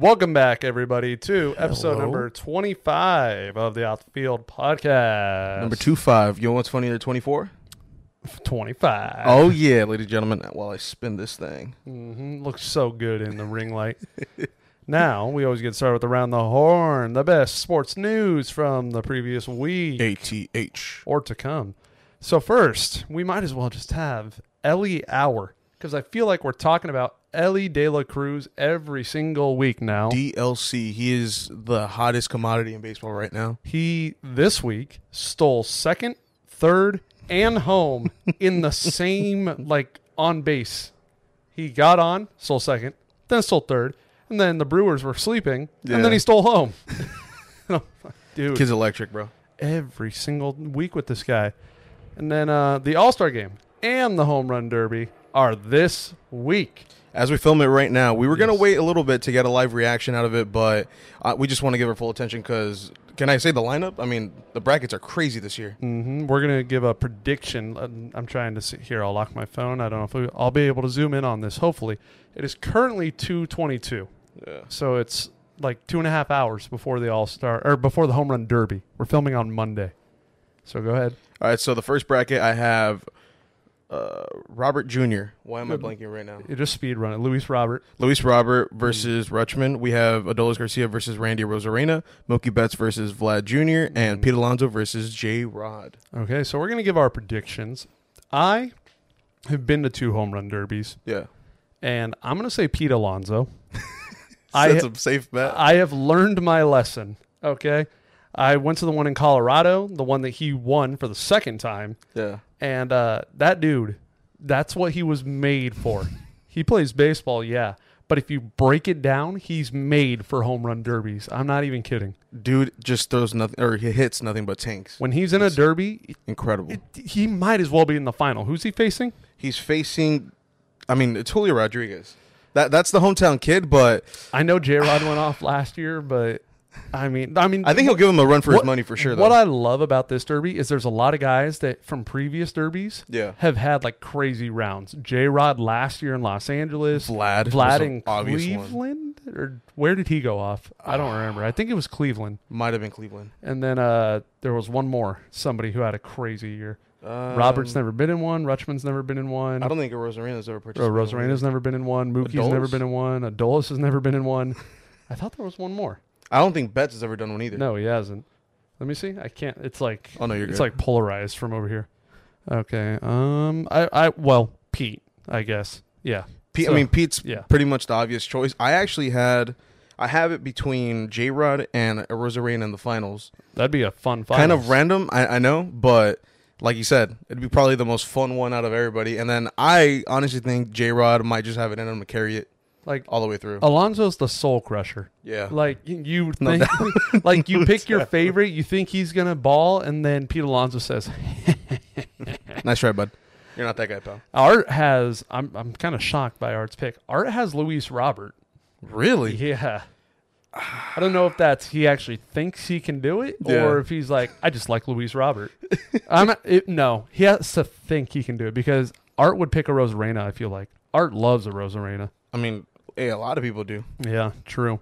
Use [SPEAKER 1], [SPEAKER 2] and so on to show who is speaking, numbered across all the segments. [SPEAKER 1] Welcome back, everybody, to episode
[SPEAKER 2] Hello.
[SPEAKER 1] number 25 of the Outfield Podcast.
[SPEAKER 2] Number two five. You know what's funny? They're twenty four.
[SPEAKER 1] 25.
[SPEAKER 2] Oh yeah, ladies and gentlemen. While I spin this thing,
[SPEAKER 1] Mhm, Looks so good in the ring light. now, we always get started with Around the Horn, the best sports news from the previous week
[SPEAKER 2] ATH.
[SPEAKER 1] or to come. So, first, we might as well just have Ellie Hour because I feel like we're talking about Ellie De La Cruz every single week now.
[SPEAKER 2] DLC. He is the hottest commodity in baseball right now.
[SPEAKER 1] he this week stole second, third, and home in the same like on base. He got on, stole second, then stole third, and then the Brewers were sleeping, and
[SPEAKER 2] Yeah.
[SPEAKER 1] then he stole home. And I'm like, Dude,
[SPEAKER 2] Kid's electric, bro.
[SPEAKER 1] every single week with this guy. And then uh, the All Star game and the home run derby are this week.
[SPEAKER 2] As we film it right now, we were gonna
[SPEAKER 1] Yes.
[SPEAKER 2] wait a little bit to get a live reaction out of it, but uh, we just want to give our full attention because can I say the lineup? I mean, the brackets are crazy this year.
[SPEAKER 1] hmm We're gonna give a prediction. Um, I'm trying to see here. I'll lock my phone. I don't know if we, I'll be able to zoom in on this. Hopefully, it is currently 2:22,
[SPEAKER 2] Yeah.
[SPEAKER 1] so it's like two and a half hours before the All Star or before the Home Run Derby. We're filming on Monday, so go ahead.
[SPEAKER 2] All right. So the first bracket, I have uh, Robert Jr. Why am I blanking right now?
[SPEAKER 1] You just speed run it. Luis Robert.
[SPEAKER 2] Luis Robert versus Rutschman. We have Adolis Garcia versus Randy Rosarena. Milky Betts versus Vlad Jr. And Pete Alonso versus J Rod.
[SPEAKER 1] Okay, so we're gonna give our predictions. I have been to two Home Run Derbies,
[SPEAKER 2] Yeah.
[SPEAKER 1] and I'm gonna say Pete Alonso.
[SPEAKER 2] That's a safe bet.
[SPEAKER 1] I have learned my lesson. Okay. I went to the one in Colorado, the one that he won for the second time.
[SPEAKER 2] yeah.
[SPEAKER 1] And uh, that dude, that's what he was made for. he plays baseball, yeah. But if you break it down, he's made for home run derbies. I'm not even kidding.
[SPEAKER 2] Dude just throws nothing or he hits nothing but tanks.
[SPEAKER 1] When he's in a derby,
[SPEAKER 2] Incredible.
[SPEAKER 1] he might as well be in the final. Who's he facing?
[SPEAKER 2] He's facing I mean, it's Julio Rodriguez. That that's the hometown kid, but
[SPEAKER 1] I know J Rod went off last year, but I mean, I mean,
[SPEAKER 2] I think he'll give him a run for his money for sure though.
[SPEAKER 1] What I love about this derby is there's a lot of guys that from previous derbies
[SPEAKER 2] Yeah.
[SPEAKER 1] have had like crazy rounds. J Rod last year in Los Angeles,
[SPEAKER 2] Vlad was
[SPEAKER 1] Vlad
[SPEAKER 2] an
[SPEAKER 1] in
[SPEAKER 2] obvious one. Ah.
[SPEAKER 1] Cleveland, or where did he go off? I don't remember. I think it was Cleveland,
[SPEAKER 2] Might have been Cleveland.
[SPEAKER 1] and then uh, there was one more somebody who had a crazy year. Robert's never been in one. Rutschman's never been in one.
[SPEAKER 2] Um, I don't think Rosarena's ever
[SPEAKER 1] Uh,
[SPEAKER 2] participated.
[SPEAKER 1] Rosarina's never been in one. Mookie's never
[SPEAKER 2] Adolis?
[SPEAKER 1] been in one. Adolis has never been in one. I thought there was one more.
[SPEAKER 2] I don't think Betts has ever done one either.
[SPEAKER 1] No, he hasn't. Let me see. I can't. It's like
[SPEAKER 2] Oh no, you're
[SPEAKER 1] it's
[SPEAKER 2] good.
[SPEAKER 1] like polarized from over here. Okay. Um. I. I. Well, Pete. I guess. Yeah.
[SPEAKER 2] Pete,
[SPEAKER 1] So-
[SPEAKER 2] I mean, Pete's
[SPEAKER 1] yeah.
[SPEAKER 2] pretty much the obvious choice. I actually had, I have it between J Rod and Rosarena in the finals.
[SPEAKER 1] That'd be a fun fight.
[SPEAKER 2] Kind of random, I, I know, but like you said, it'd be probably the most fun one out of everybody. And then I honestly think J Rod might just have it in him to carry it
[SPEAKER 1] like
[SPEAKER 2] all the way through.
[SPEAKER 1] Alonzo's the soul crusher.
[SPEAKER 2] yeah.
[SPEAKER 1] Oh, Like y- you
[SPEAKER 2] No
[SPEAKER 1] think, like you pick your favorite, you think he's gonna ball, and then Pete Alonso says,
[SPEAKER 2] nice try, bud. You're not that guy, pal.
[SPEAKER 1] "Art has." I'm I'm kind of shocked by Art's pick. Art has Luis Robert.
[SPEAKER 2] Really?
[SPEAKER 1] Yeah. I don't know if that's he actually thinks he can do it,
[SPEAKER 2] Yeah.
[SPEAKER 1] or if he's like, I just like Luis Robert. I'm it, no, he has to think he can do it because Art would pick a Rosarena. I feel like Art loves a Rosarena.
[SPEAKER 2] I mean, hey, a lot of people do.
[SPEAKER 1] Yeah, true.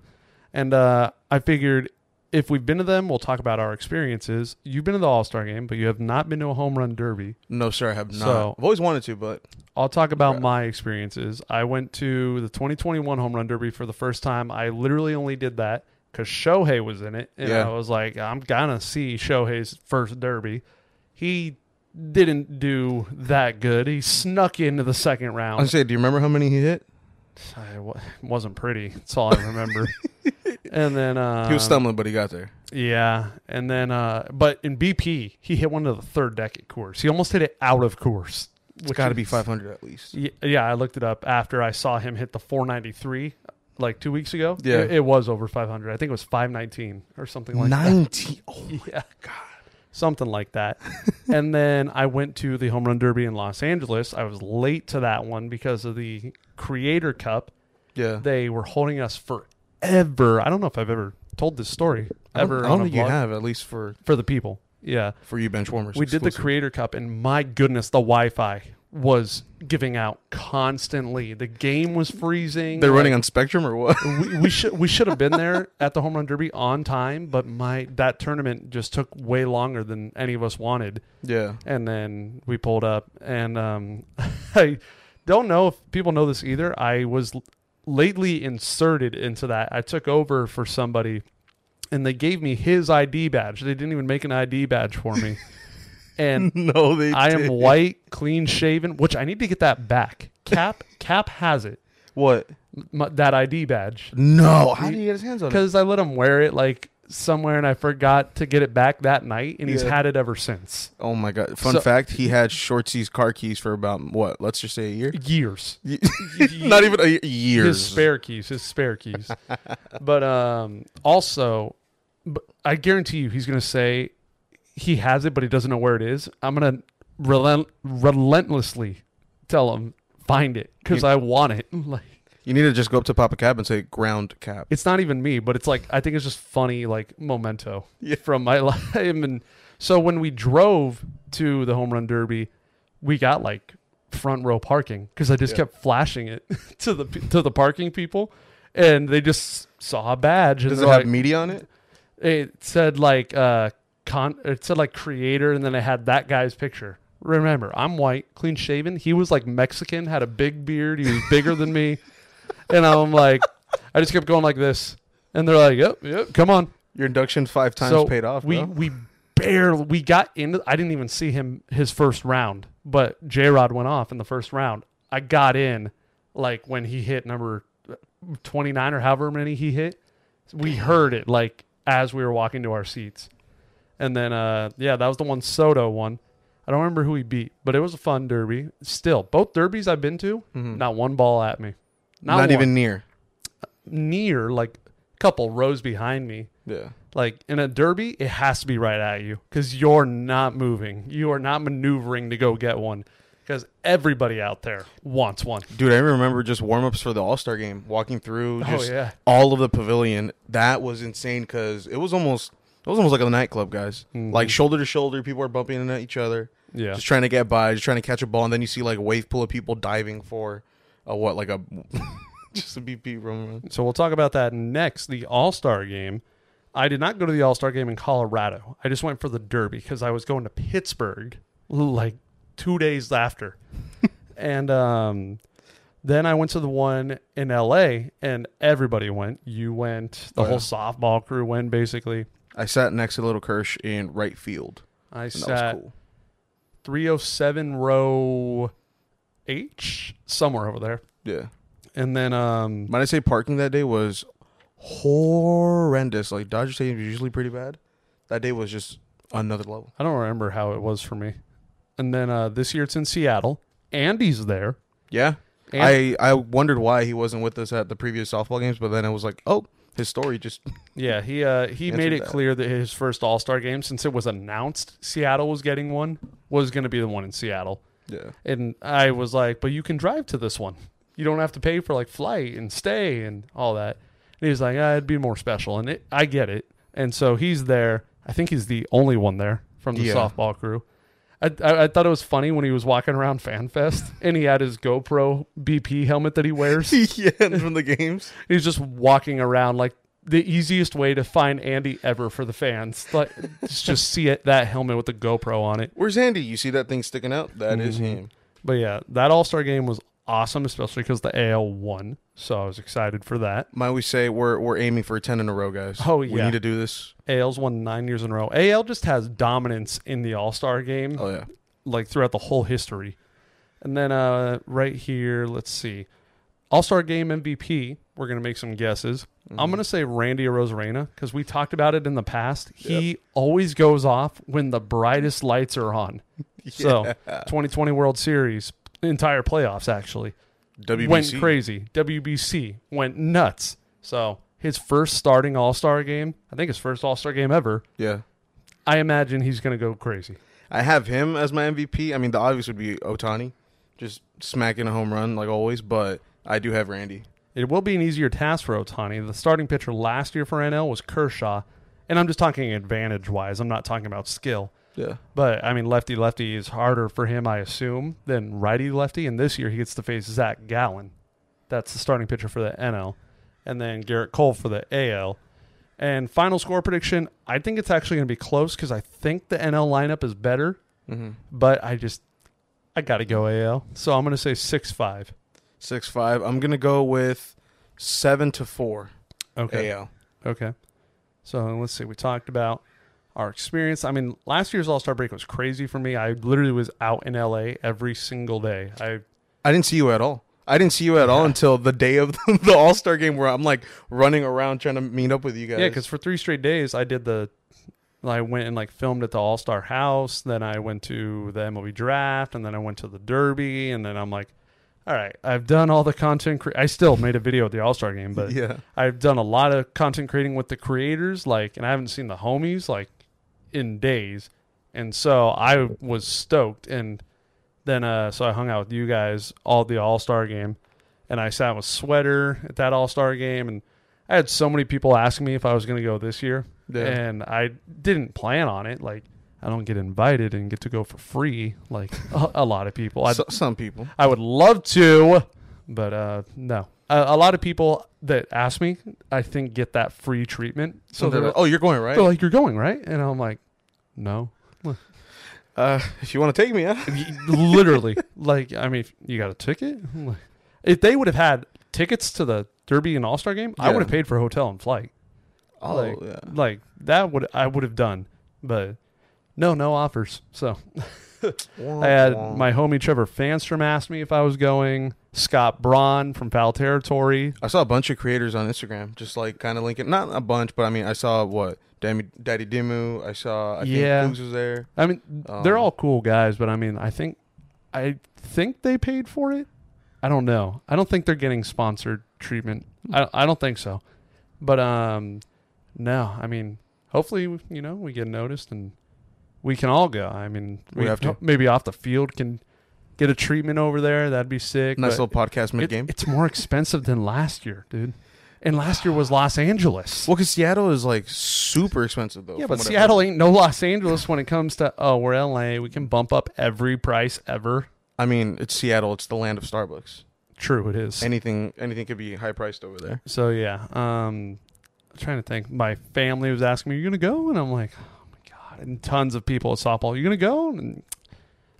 [SPEAKER 1] And uh, I figured if we've been to them, we'll talk about our experiences. You've been to the All Star game, but you have not been to a home run derby.
[SPEAKER 2] No, sir, I have not.
[SPEAKER 1] So-
[SPEAKER 2] I've always wanted to, but
[SPEAKER 1] I'll talk about
[SPEAKER 2] Right.
[SPEAKER 1] my experiences. I went to the 2021 Home Run Derby for the first time. I literally only did that because Shohei was in it, and
[SPEAKER 2] Yeah.
[SPEAKER 1] I was like, I'm gonna see Shohei's first derby. He didn't do that good. He snuck into the second
[SPEAKER 2] I was
[SPEAKER 1] round.
[SPEAKER 2] gonna say, do you remember how many he hit?
[SPEAKER 1] I w- wasn't pretty. That's all I remember. and then uh,
[SPEAKER 2] He was stumbling, but he got there.
[SPEAKER 1] Yeah, and then uh, but in BP, he hit one to the third deck at course. He almost hit it out of course.
[SPEAKER 2] It's
[SPEAKER 1] which
[SPEAKER 2] got to be
[SPEAKER 1] is-
[SPEAKER 2] 500 at least.
[SPEAKER 1] Ye- Yeah, I looked it up after I saw him hit the 493 like two weeks ago.
[SPEAKER 2] Yeah.
[SPEAKER 1] It, it was over 500. I think it was 519 or something like that.
[SPEAKER 2] 90. Oh,
[SPEAKER 1] Yeah. God. Something like that. and then I went to the Home Run Derby in Los Angeles. I was late to that one because of the Creator Cup.
[SPEAKER 2] yeah.
[SPEAKER 1] They were holding us forever. I don't know if I've ever told this story
[SPEAKER 2] I don't-
[SPEAKER 1] ever
[SPEAKER 2] I don't
[SPEAKER 1] on a
[SPEAKER 2] think you
[SPEAKER 1] vlog.
[SPEAKER 2] have, at least for
[SPEAKER 1] for the people. Yeah.
[SPEAKER 2] for you bench warmers.
[SPEAKER 1] We did the
[SPEAKER 2] exclusive.
[SPEAKER 1] Creator Cup, and my goodness, the Wi Fi was giving out constantly. The game was freezing.
[SPEAKER 2] They're running on Spectrum or what?
[SPEAKER 1] we, we should we should have been there at the home run derby on time, but my that tournament just took way longer than any of us wanted.
[SPEAKER 2] yeah.
[SPEAKER 1] And then we pulled up, and um, I don't know if people know this either. I was l- lately inserted into that. I took over for somebody, and they gave me his ID badge. They didn't even make an ID badge for me, and
[SPEAKER 2] No, they.
[SPEAKER 1] I am
[SPEAKER 2] did.
[SPEAKER 1] white, clean shaven, which I need to get that back. Cap Cap has it.
[SPEAKER 2] What?
[SPEAKER 1] My, that ID badge
[SPEAKER 2] No. How did he get his hands on it?
[SPEAKER 1] because I let him wear it like somewhere and I forgot to get it back that night, and he's
[SPEAKER 2] Yeah.
[SPEAKER 1] had it ever since.
[SPEAKER 2] Oh my god! Fun
[SPEAKER 1] So-
[SPEAKER 2] fact: He had Shortsy's car keys for about what? Let's just say a year.
[SPEAKER 1] Years.
[SPEAKER 2] Not even a year. Years.
[SPEAKER 1] His spare keys. His spare keys. but um, also, but I guarantee you, he's gonna say he has it, but he doesn't know where it is. I'm gonna relent- relentlessly tell him find it because
[SPEAKER 2] You-
[SPEAKER 1] I want it. Like
[SPEAKER 2] You need to just go up to Papa Cab and say ground cap.
[SPEAKER 1] it's not even me, but it's like I think it's just funny, like memento
[SPEAKER 2] Yeah.
[SPEAKER 1] from my life. And so when we drove to the home run derby, we got like front row parking because I just
[SPEAKER 2] Yeah.
[SPEAKER 1] kept flashing it to the to the parking people, and they just saw a badge. And
[SPEAKER 2] Does it
[SPEAKER 1] they're
[SPEAKER 2] have
[SPEAKER 1] like-
[SPEAKER 2] media on it?
[SPEAKER 1] it said like uh con it said like creator and then it had that guy's picture remember i'm white clean shaven he was like mexican had a big beard he was bigger than me and i'm like i just kept going like this and they're like yep yep come on
[SPEAKER 2] Your induction five times
[SPEAKER 1] so
[SPEAKER 2] paid off.
[SPEAKER 1] we
[SPEAKER 2] bro.
[SPEAKER 1] we barely we got into i didn't even see him his first round but j-rod went off in the first round i got in like when he hit number 29 or however many he hit we heard it like as we were walking to our seats and then uh yeah that was the one soto one i don't remember who he beat but it was a fun derby still both derbies i've been to
[SPEAKER 2] Mhm.
[SPEAKER 1] not one ball at me
[SPEAKER 2] not,
[SPEAKER 1] not, one.
[SPEAKER 2] even near.
[SPEAKER 1] near like a couple rows behind me
[SPEAKER 2] Yeah.
[SPEAKER 1] like in a derby, it has to be right at you because you're not moving. You are not maneuvering to go get one because everybody out there wants one.
[SPEAKER 2] Dude, I remember just warm ups for the All Star game, walking through just
[SPEAKER 1] oh yeah,
[SPEAKER 2] all of the pavilion. That was insane because it was almost it was almost like a nightclub, guys.
[SPEAKER 1] Mhm.
[SPEAKER 2] Like shoulder to shoulder, people are bumping into each other,
[SPEAKER 1] yeah.
[SPEAKER 2] just trying to get by, just trying to catch a ball, and then you see like a wave pool of people diving for a what, like a just a BP run run.
[SPEAKER 1] So we'll talk about that next. The All Star game. I did not go to the All Star game in Colorado. I just went for the derby because I was going to Pittsburgh like two days after, and um, then I went to the one in L.A. and everybody went. You went. The
[SPEAKER 2] Oh,
[SPEAKER 1] whole
[SPEAKER 2] yeah.
[SPEAKER 1] softball crew went basically.
[SPEAKER 2] I sat next to Little Kirsch in right field.
[SPEAKER 1] I
[SPEAKER 2] And
[SPEAKER 1] sat.
[SPEAKER 2] that was cool.
[SPEAKER 1] 307 row H somewhere over there.
[SPEAKER 2] Yeah.
[SPEAKER 1] And then um
[SPEAKER 2] Might I say parking that day was horrendous. Like Dodger Stadium is usually pretty bad. That day was just another level.
[SPEAKER 1] I don't remember how it was for me. And then uh this year it's in Seattle. Andy's there.
[SPEAKER 2] Yeah.
[SPEAKER 1] And-
[SPEAKER 2] I, I wondered why he wasn't with us at the previous softball games, but then I was like, oh, his story just
[SPEAKER 1] Yeah, he uh he
[SPEAKER 2] Answer
[SPEAKER 1] made it
[SPEAKER 2] that.
[SPEAKER 1] clear that his first All-Star game since it was announced Seattle was getting one was going to be the one in Seattle.
[SPEAKER 2] yeah.
[SPEAKER 1] And I was like, but you can drive to this one. You don't have to pay for like flight and stay and all that. And he was like, ah, it'd be more special. And it, I get it. And so he's there. I think he's the only one there from the
[SPEAKER 2] Yeah.
[SPEAKER 1] softball crew. I, I, I thought it was funny when he was walking around FanFest and he had his GoPro BP helmet that he wears.
[SPEAKER 2] yeah, and from the games.
[SPEAKER 1] he's just walking around like the easiest way to find Andy ever for the fans. Like, just- just see it, that helmet with the GoPro on it.
[SPEAKER 2] Where's Andy? You see that thing sticking out? That is
[SPEAKER 1] Mhm.
[SPEAKER 2] him.
[SPEAKER 1] But yeah, that All Star game was awesome, especially because the AL won. So I was excited for that.
[SPEAKER 2] Might we say we're we're aiming for ten in a row, guys.
[SPEAKER 1] Oh,
[SPEAKER 2] We
[SPEAKER 1] yeah.
[SPEAKER 2] need to do this.
[SPEAKER 1] AL's won nine years in a row. AL just has dominance in the All Star game,
[SPEAKER 2] Oh yeah.
[SPEAKER 1] like throughout the whole history. And then uh, right here, let's see. All Star game MVP. We're going to make some guesses.
[SPEAKER 2] Mm-hmm.
[SPEAKER 1] I'm going to say Randy Rosarena because we talked about it in the past. He always goes off when the brightest lights are on. So 2020 World Series, entire playoffs, actually.
[SPEAKER 2] WBC.
[SPEAKER 1] went crazy. WBC went nuts. So his first starting All Star game, I think his first All Star game ever.
[SPEAKER 2] Yeah.
[SPEAKER 1] I imagine he's gonna go crazy.
[SPEAKER 2] I have him as my MVP. I mean, the obvious would be Otani, just smacking a home run like always. But I do have Randy.
[SPEAKER 1] It will be an easier task for Otani. The starting pitcher last year for NL was Kershaw, and I'm just talking advantage wise. I'm not talking about skill.
[SPEAKER 2] Yeah.
[SPEAKER 1] But I mean, lefty lefty is harder for him, I assume, than righty lefty. And this year he gets to face Zach Gallen. That's the starting pitcher for the NL, and then Garrett Cole for the AL. And final score prediction: I think it's actually going to be close because I think the NL lineup is better,
[SPEAKER 2] Mm-hmm.
[SPEAKER 1] but I just I got to go AL. So I'm going to say six five.
[SPEAKER 2] Six five. I'm gonna go with seven to four.
[SPEAKER 1] Okay.
[SPEAKER 2] AL.
[SPEAKER 1] Okay. So let's see. We talked about our experience. I mean, last year's All Star break was crazy for me. I literally was out in LA every single day. I
[SPEAKER 2] I didn't see you at all. I didn't see you at all until the day of the, All Star game where I'm like running around trying to meet up with you guys.
[SPEAKER 1] Yeah, because for three straight days, I did the. I went and like filmed at the All Star House. Then I went to the MLB Draft, and then I went to the Derby, and then I'm like, all right, I've done all the content. Cre- I still made a video at the All Star game, but
[SPEAKER 2] yeah,
[SPEAKER 1] I've done a lot of content creating with the creators, like, and I haven't seen the homies like in days, and so I was stoked. And then, uh, so I hung out with you guys all the All Star game, and I sat with Sweater at that All Star game, and I had so many people asking me if I was going to go this year,
[SPEAKER 2] Yeah.
[SPEAKER 1] and I didn't plan on it. Like, I don't get invited and get to go for free like a, a lot of people. I,
[SPEAKER 2] So- some people.
[SPEAKER 1] I would love to, but uh, no. A, a lot of people that ask me, I think, get that free treatment. So
[SPEAKER 2] So
[SPEAKER 1] they're,
[SPEAKER 2] they're like, oh, you're going
[SPEAKER 1] they're
[SPEAKER 2] right.
[SPEAKER 1] like, "You're going right," and I'm like, "No."
[SPEAKER 2] Uh, if you want to take me, huh?
[SPEAKER 1] Literally, like, I mean, if you got a ticket. I'm like- If they would have had tickets to the Derby and All Star game, I
[SPEAKER 2] Yeah.
[SPEAKER 1] would have paid for hotel and flight.
[SPEAKER 2] Oh
[SPEAKER 1] like,
[SPEAKER 2] yeah.
[SPEAKER 1] like that would I would have done, but no, no offers. So I had my homie Trevor Fanstrom asked me if I was going. Scott Braun from Foul Territory
[SPEAKER 2] I saw a bunch of creators on Instagram, just like kind of linking. Not a bunch, but I mean, I saw what Daddy, Daddy Dimu. I saw. I
[SPEAKER 1] Yeah.
[SPEAKER 2] think Boogs was there.
[SPEAKER 1] I mean, they're
[SPEAKER 2] Um,
[SPEAKER 1] all cool guys, but I mean, I think, I think they paid for it. I don't know. I don't think they're getting sponsored treatment. I, I don't think so. But um, no. I mean, hopefully, you know, we get noticed and we can all go. I mean,
[SPEAKER 2] We have to.
[SPEAKER 1] Maybe off the field can get a treatment over there. That'd be sick.
[SPEAKER 2] Nice
[SPEAKER 1] but
[SPEAKER 2] little podcast mid
[SPEAKER 1] it-
[SPEAKER 2] game.
[SPEAKER 1] it's more expensive than last year, dude. And last year was Los Angeles.
[SPEAKER 2] Well, because Seattle is like super expensive though.
[SPEAKER 1] Yeah, but
[SPEAKER 2] from what I
[SPEAKER 1] Seattle
[SPEAKER 2] heard.
[SPEAKER 1] ain't no Los Angeles when it comes to oh, we're LA, we can bump up every price ever.
[SPEAKER 2] I mean, it's Seattle. It's the land of Starbucks.
[SPEAKER 1] True, it is.
[SPEAKER 2] Anything, anything could be high priced over there.
[SPEAKER 1] so yeah, um, I'm trying to think. My family was asking me, "You gonna go?" And I'm like, "Oh my god!" And tons of people at softball, "You gonna go?" And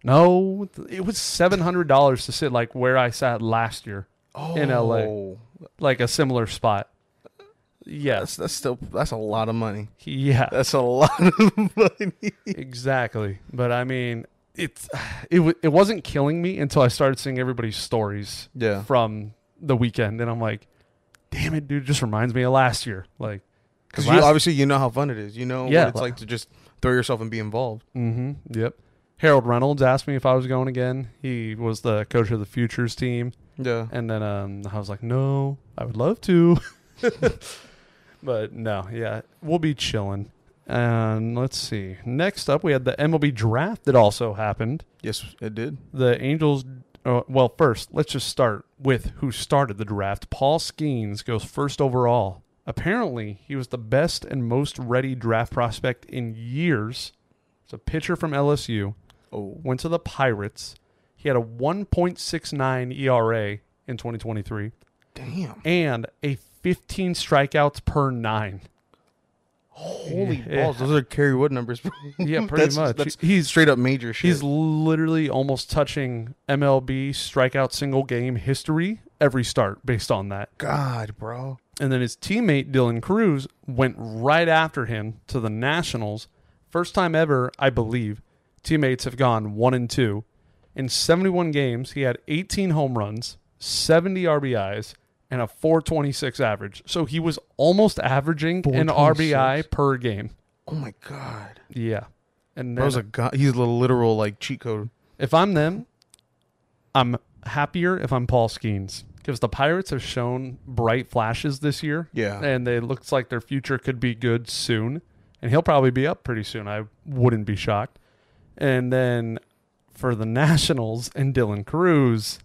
[SPEAKER 1] no, it was seven hundred dollars to sit like where I sat last year,
[SPEAKER 2] Oh,
[SPEAKER 1] In LA. like a similar spot. Yes,
[SPEAKER 2] That's that's still that's a lot of money.
[SPEAKER 1] yeah.
[SPEAKER 2] That's a lot of money.
[SPEAKER 1] exactly. But I mean, it's it w- it wasn't killing me until I started seeing everybody's stories
[SPEAKER 2] Yeah.
[SPEAKER 1] from the weekend, and I'm like, damn it, dude, just reminds me of last year. Like,
[SPEAKER 2] Because
[SPEAKER 1] last-
[SPEAKER 2] obviously you know how fun it is. You know
[SPEAKER 1] Yeah.
[SPEAKER 2] what it's like to just throw yourself and be involved.
[SPEAKER 1] Mm-hmm. Yep. Harold Reynolds asked me if I was going again. He was the coach of the Futures team,
[SPEAKER 2] Yeah.
[SPEAKER 1] and then um, I was like, no, I would love to, but no, yeah, we'll be chilling. And let's see. Next up, we had the MLB draft that also happened.
[SPEAKER 2] Yes, it did.
[SPEAKER 1] the Angels. Uh, well, first, let's just start with who started the draft. Paul Skeens goes first overall. Apparently, he was the best and most ready draft prospect in years. It's a pitcher from LSU.
[SPEAKER 2] Oh.
[SPEAKER 1] Went to the Pirates. He had a 1.69 ERA E in 2023
[SPEAKER 2] Damn.
[SPEAKER 1] and a 15 strikeouts per nine.
[SPEAKER 2] Holy
[SPEAKER 1] Yeah.
[SPEAKER 2] balls. Those are Kerry Wood numbers. bro.
[SPEAKER 1] Yeah, pretty
[SPEAKER 2] That's-
[SPEAKER 1] much.
[SPEAKER 2] that's
[SPEAKER 1] he's
[SPEAKER 2] Straight up major shit.
[SPEAKER 1] He's literally almost touching MLB strikeout single game history every start based on that.
[SPEAKER 2] God, bro.
[SPEAKER 1] And then his teammate Dylan Cruz went right after him to the Nationals. First time ever, I believe, teammates have gone 1 and 2. In 71 games, he had 18 home runs, 70 RBIs, and a 426 average. So he was almost averaging an
[SPEAKER 2] 426.
[SPEAKER 1] RBI per game.
[SPEAKER 2] Oh my god.
[SPEAKER 1] Yeah. And
[SPEAKER 2] That was
[SPEAKER 1] then-
[SPEAKER 2] a god. He's the literal like cheat code.
[SPEAKER 1] If I'm them, I'm happier if I'm Paul Skeens because the Pirates have shown bright flashes this year,
[SPEAKER 2] Yeah.
[SPEAKER 1] and it looks like their future could be good soon. And he'll probably be up pretty soon. I wouldn't be shocked. And then for the Nationals and Dylan Cruz,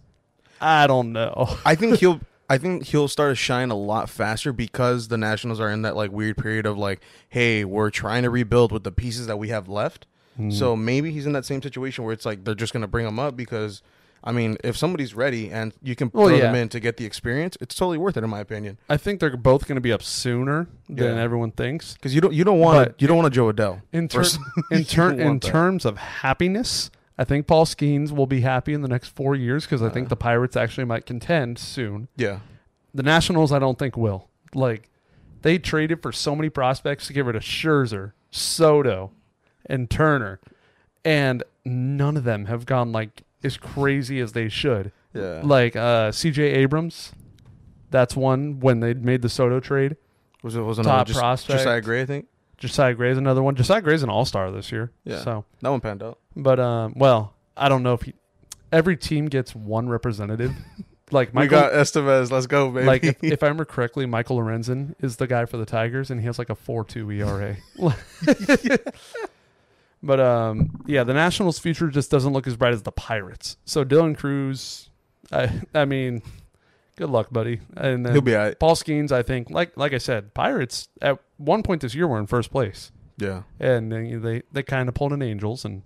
[SPEAKER 1] I don't know.
[SPEAKER 2] I think he'll. I think he'll start to shine a lot faster because the Nationals are in that like weird period of like, hey, we're trying to rebuild with the pieces that we have left.
[SPEAKER 1] Mm-hmm.
[SPEAKER 2] So maybe he's in that same situation where it's like they're just gonna bring him up because, I mean, if somebody's ready and you can
[SPEAKER 1] Well,
[SPEAKER 2] throw
[SPEAKER 1] yeah.
[SPEAKER 2] them in to get the experience, it's totally worth it in my opinion.
[SPEAKER 1] I think they're both going to be up sooner than
[SPEAKER 2] Yeah.
[SPEAKER 1] everyone thinks.
[SPEAKER 2] Because you don't you don't want
[SPEAKER 1] But-
[SPEAKER 2] you don't want a Joe Adele.
[SPEAKER 1] In, ter-
[SPEAKER 2] First-
[SPEAKER 1] in,
[SPEAKER 2] you
[SPEAKER 1] ter-
[SPEAKER 2] don't
[SPEAKER 1] in
[SPEAKER 2] want that.
[SPEAKER 1] terms of happiness, I think Paul Skeens will be happy in the next four years because I think the Pirates actually might contend soon.
[SPEAKER 2] yeah,
[SPEAKER 1] The Nationals, I don't think will. Like, they traded for so many prospects to get rid of Scherzer, Soto, and Turner, and none of them have gone like as crazy as they should.
[SPEAKER 2] yeah,
[SPEAKER 1] Like uh, C.J. Abrams, that's one when they made the Soto trade.
[SPEAKER 2] was it was another
[SPEAKER 1] top
[SPEAKER 2] just,
[SPEAKER 1] prospect.
[SPEAKER 2] Josiah Gray, I think
[SPEAKER 1] Josiah Gray's another one. Josiah Gray's an All Star this year.
[SPEAKER 2] Yeah.
[SPEAKER 1] So,
[SPEAKER 2] that one panned out.
[SPEAKER 1] but um, well, I don't know if he, every team gets one representative. like Michael,
[SPEAKER 2] we got Estevez. Let's go, baby.
[SPEAKER 1] like if, if I remember correctly, Michael Lorenzen is the guy for the Tigers, and he has like a four two ERA. but um, yeah, the Nationals' future just doesn't look as bright as the Pirates. So Dylan Cruz, I I mean, good luck, buddy. And then
[SPEAKER 2] He'll be all right.
[SPEAKER 1] Paul Skeens, I think, like like I said, Pirates at one point this year were in first place
[SPEAKER 2] Yeah,
[SPEAKER 1] and then they they kind of pulled an Angels and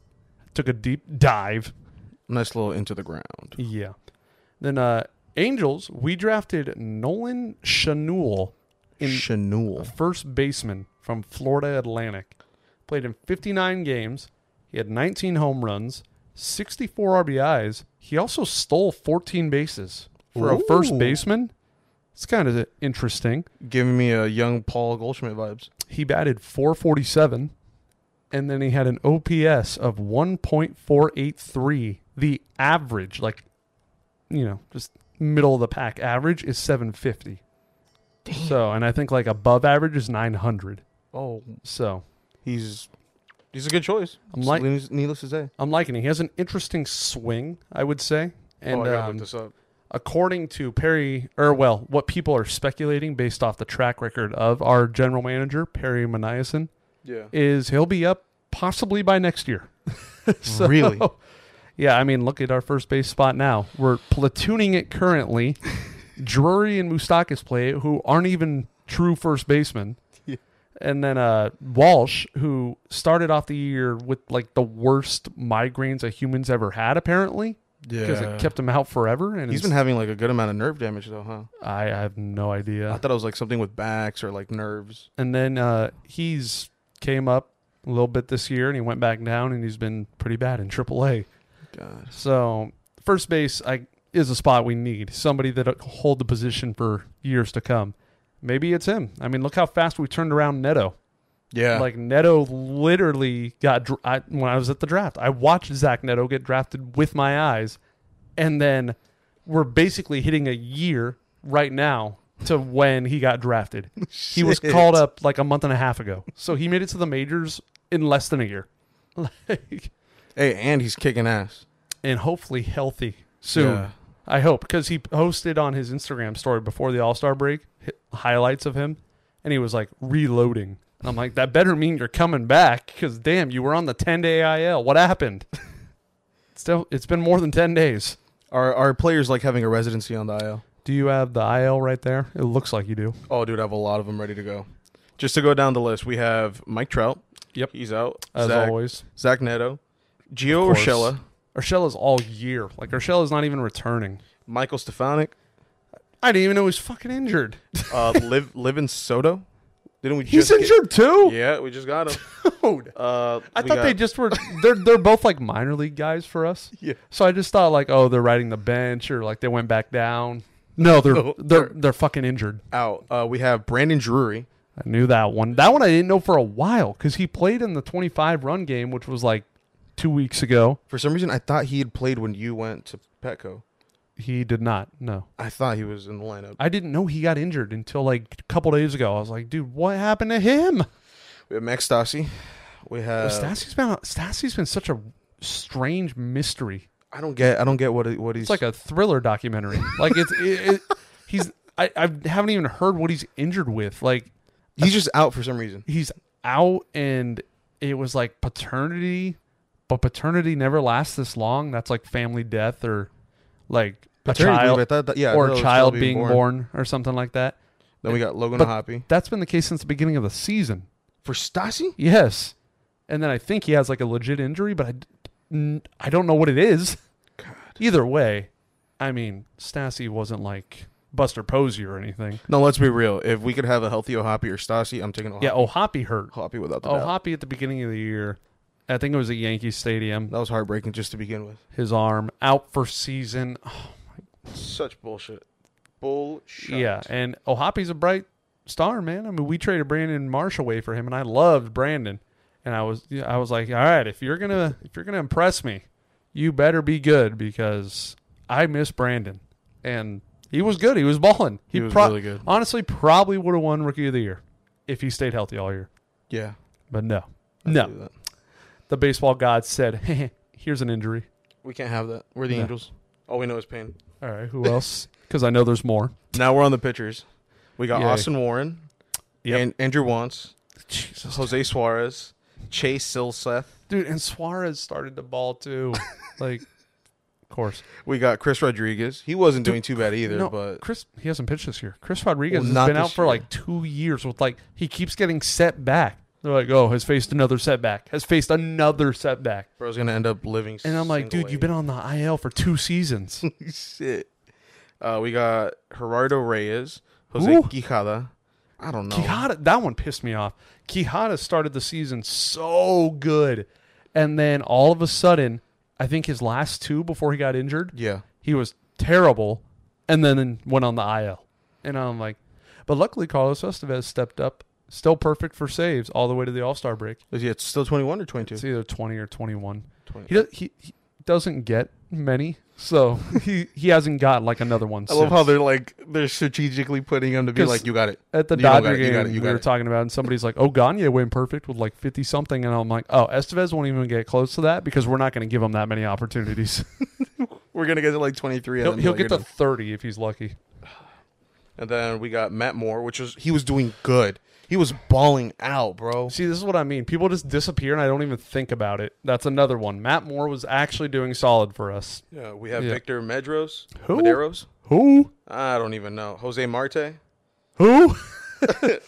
[SPEAKER 1] took a deep dive.
[SPEAKER 2] nice little into the ground.
[SPEAKER 1] Yeah. Then uh Angels, we drafted Nolan Chanul in
[SPEAKER 2] Chanul.
[SPEAKER 1] first baseman from Florida Atlantic. Played in 59 games. He had 19 home runs, 64 RBIs. He also stole 14 bases for a first
[SPEAKER 2] Ooh.
[SPEAKER 1] baseman. It's kind of interesting.
[SPEAKER 2] giving me a young Paul Goldschmidt vibes.
[SPEAKER 1] he batted 447 and then he had an OPS of 1.483. The average, like, you know, just middle of the pack average is 750. So, and I think like above average is 900.
[SPEAKER 2] Oh,
[SPEAKER 1] So
[SPEAKER 2] he's he's a good choice.
[SPEAKER 1] I'm like-
[SPEAKER 2] Needless- needless to say.
[SPEAKER 1] I'm liking it. He has an interesting swing, I would say. And
[SPEAKER 2] oh, I gotta
[SPEAKER 1] um,
[SPEAKER 2] look this up.
[SPEAKER 1] according to Perry, or well, what people are speculating based off the track record of our general manager, Perry Maniason,
[SPEAKER 2] Yeah,
[SPEAKER 1] is he'll be up possibly by next year. So-
[SPEAKER 2] really.
[SPEAKER 1] Yeah, I mean, look at our first base spot now. We're platooning it currently. Drury and Mustakis play it, who aren't even true first basemen.
[SPEAKER 2] Yeah.
[SPEAKER 1] And then uh, Walsh, who started off the year with like the worst migraines a human's ever had, apparently, because
[SPEAKER 2] Yeah,
[SPEAKER 1] it kept him out forever. And
[SPEAKER 2] he's
[SPEAKER 1] it's-
[SPEAKER 2] been having like a good amount of nerve damage though, huh?
[SPEAKER 1] I, I have no
[SPEAKER 2] I
[SPEAKER 1] idea.
[SPEAKER 2] thought it was like something with backs or like nerves.
[SPEAKER 1] And then uh, he's came up a little bit this year, and he went back down, and he's been pretty bad in AAA.
[SPEAKER 2] God.
[SPEAKER 1] So first base I, is a spot we need somebody that hold the position for years to come. Maybe it's him. I mean, look how fast we turned around Neto.
[SPEAKER 2] Yeah,
[SPEAKER 1] Like Neto literally got dr- I, when I was at the draft. I watched Zach Neto get drafted with my eyes, and then we're basically hitting a year right now to when he got drafted. He was
[SPEAKER 2] Shit.
[SPEAKER 1] called up like a month and a half ago, so he made it to the majors in less than a year. Like,
[SPEAKER 2] Hey, and he's kicking ass.
[SPEAKER 1] and hopefully healthy soon.
[SPEAKER 2] Yeah.
[SPEAKER 1] I hope because he posted on his Instagram story before the All Star break hi- highlights of him, and he was like reloading. And I'm like, that better mean you're coming back because damn, you were on the 10 day IL. What happened? Still, it's been more than 10 days.
[SPEAKER 2] Are are players like having a residency on the IL?
[SPEAKER 1] Do you have the IL right there? It looks like you do.
[SPEAKER 2] Oh, dude, I have a lot of them ready to go. Just to go down the list, we have Mike Trout.
[SPEAKER 1] Yep.
[SPEAKER 2] he's out.
[SPEAKER 1] As
[SPEAKER 2] Zach,
[SPEAKER 1] always,
[SPEAKER 2] Zach Neto, Gio
[SPEAKER 1] course.
[SPEAKER 2] Urshela,
[SPEAKER 1] Urshela's all year. Like Urshela's not even returning.
[SPEAKER 2] Michael Stefanik,
[SPEAKER 1] I didn't even know he was fucking injured.
[SPEAKER 2] uh, Liv Livin Soto. Didn't we?
[SPEAKER 1] He's
[SPEAKER 2] just get-
[SPEAKER 1] injured too.
[SPEAKER 2] Yeah, we just got him.
[SPEAKER 1] Dude.
[SPEAKER 2] Uh,
[SPEAKER 1] I
[SPEAKER 2] we
[SPEAKER 1] thought
[SPEAKER 2] got-
[SPEAKER 1] they just were they're they're both like minor league guys for us.
[SPEAKER 2] Yeah.
[SPEAKER 1] So I just thought like, oh, they're riding the bench or like they went back down. No, they're
[SPEAKER 2] No,
[SPEAKER 1] they're they're fucking injured.
[SPEAKER 2] out. Uh, we have Brandon Drury.
[SPEAKER 1] I knew that one. That one I didn't know for a while because he played in the 25 run game, which was like two weeks ago.
[SPEAKER 2] For some reason, I thought he had played when you went to Petco.
[SPEAKER 1] He did not. No,
[SPEAKER 2] I thought he was in the lineup.
[SPEAKER 1] I didn't know he got injured until like a couple days ago. I was like, dude, what happened to him?
[SPEAKER 2] We have Max Stassi. We have.
[SPEAKER 1] Stassi's been Stassi's been such a strange mystery.
[SPEAKER 2] I don't get. I don't get what he- what he's.
[SPEAKER 1] It's like a thriller documentary. Like it's it, it, he's I, I haven't even heard what he's injured with. Like
[SPEAKER 2] he's just out for some reason.
[SPEAKER 1] he's out and it was like paternity, but paternity never lasts this long. That's like family death or like a
[SPEAKER 2] Paternity leave, I
[SPEAKER 1] child
[SPEAKER 2] thought that- yeah, I
[SPEAKER 1] or
[SPEAKER 2] thought it
[SPEAKER 1] a
[SPEAKER 2] was
[SPEAKER 1] child
[SPEAKER 2] still
[SPEAKER 1] being born. or something like that.
[SPEAKER 2] Then we got Logan
[SPEAKER 1] But-
[SPEAKER 2] Hoppy.
[SPEAKER 1] That's been the case since the beginning of the season.
[SPEAKER 2] For Stassi?
[SPEAKER 1] Yes. and then I think he has like a legit injury, but I d- n- I don't know what it is. Either way, I mean, Stassi wasn't like Buster Posey or anything.
[SPEAKER 2] No, let's be real. If we could have a healthy Ohapi or Stasi, I'm taking Ohapi.
[SPEAKER 1] Yeah, Ohapi hurt.
[SPEAKER 2] Ohapi without the doubt.
[SPEAKER 1] Ohapi at the beginning of the year, I think it was at Yankee Stadium,
[SPEAKER 2] That was heartbreaking just to begin with.
[SPEAKER 1] his arm out for season.
[SPEAKER 2] Such bullshit. Bullshit.
[SPEAKER 1] Yeah, and Ohapi's a bright star, man. I mean, we traded Brandon Marsh away for him, and I loved Brandon. And I was, yeah, I was like, all right, if you're gonna, if you're gonna impress me, you better be good because I miss Brandon, and he was good. He was balling.
[SPEAKER 2] He was really good.
[SPEAKER 1] Honestly, probably would have won Rookie of the Year if he stayed healthy all year.
[SPEAKER 2] Yeah.
[SPEAKER 1] But no,
[SPEAKER 2] I
[SPEAKER 1] no.
[SPEAKER 2] believe that.
[SPEAKER 1] The baseball god said, "Here's an injury."
[SPEAKER 2] We can't have that. We're the
[SPEAKER 1] No.
[SPEAKER 2] Angels. All we know is pain.
[SPEAKER 1] All right, who else? Because I know there's more.
[SPEAKER 2] Now we're on the pitchers. We got
[SPEAKER 1] Yeah.
[SPEAKER 2] Austin Warren,
[SPEAKER 1] Yep.
[SPEAKER 2] and Andrew Wants,
[SPEAKER 1] Jesus,
[SPEAKER 2] Jose Suarez, Chase Silseth.
[SPEAKER 1] dude, and Suarez started to ball too. like, of course.
[SPEAKER 2] We got Chris Rodriguez. He wasn't doing too bad either,
[SPEAKER 1] no,
[SPEAKER 2] but
[SPEAKER 1] Chris he hasn't pitched this year. Chris Rodriguez
[SPEAKER 2] Well,
[SPEAKER 1] has
[SPEAKER 2] not
[SPEAKER 1] been
[SPEAKER 2] this
[SPEAKER 1] out for
[SPEAKER 2] year.
[SPEAKER 1] like two years with like he keeps getting set back. They're like, oh, has faced another setback. Has faced another setback.
[SPEAKER 2] bro's gonna end up living.
[SPEAKER 1] And I'm like, dude, you've been on the IL for two seasons.
[SPEAKER 2] been shit. Uh, we got Gerardo Reyes, Jose
[SPEAKER 1] Who?
[SPEAKER 2] Quijada. I don't know.
[SPEAKER 1] Quijada, that one pissed me off. Quijada started the season so good, and then all of a sudden, I think his last two before he got injured,
[SPEAKER 2] Yeah,
[SPEAKER 1] he was terrible and then went on the IL. And I'm like, but luckily Carlos Estevez stepped up, still perfect for saves all the way to the All Star break.
[SPEAKER 2] is he at- still 21 or 22?
[SPEAKER 1] It's either 20 or 21.
[SPEAKER 2] 20.
[SPEAKER 1] He, does, he, he doesn't get many, so he, he hasn't got like another one.
[SPEAKER 2] I love how
[SPEAKER 1] since.
[SPEAKER 2] they're like they're strategically putting him to be
[SPEAKER 1] 'Cause
[SPEAKER 2] like, you got it.
[SPEAKER 1] at the
[SPEAKER 2] you don't got
[SPEAKER 1] Dodger
[SPEAKER 2] it, you
[SPEAKER 1] game
[SPEAKER 2] got it,
[SPEAKER 1] we
[SPEAKER 2] you got
[SPEAKER 1] were
[SPEAKER 2] it.
[SPEAKER 1] talking about, it, and somebody's like, "Oh, Gagne went perfect with like 50 something," and I'm like, "Oh, Estevez won't even get close to that because we're not going to give him that many opportunities.
[SPEAKER 2] We're gonna get to like 23.
[SPEAKER 1] he'll
[SPEAKER 2] and then
[SPEAKER 1] he'll
[SPEAKER 2] they'll
[SPEAKER 1] get to
[SPEAKER 2] him.
[SPEAKER 1] 30 if he's lucky."
[SPEAKER 2] And then we got Matt Moore, which was he was doing good. He was balling out, bro.
[SPEAKER 1] See, this is what I mean. People just disappear, and I don't even think about it. That's another one. Matt Moore was actually doing solid for us.
[SPEAKER 2] Yeah, we have
[SPEAKER 1] Yeah.
[SPEAKER 2] Victor Medros,
[SPEAKER 1] Who?
[SPEAKER 2] Medeiros.
[SPEAKER 1] Who?
[SPEAKER 2] I don't even know. Jose Marte.
[SPEAKER 1] Who?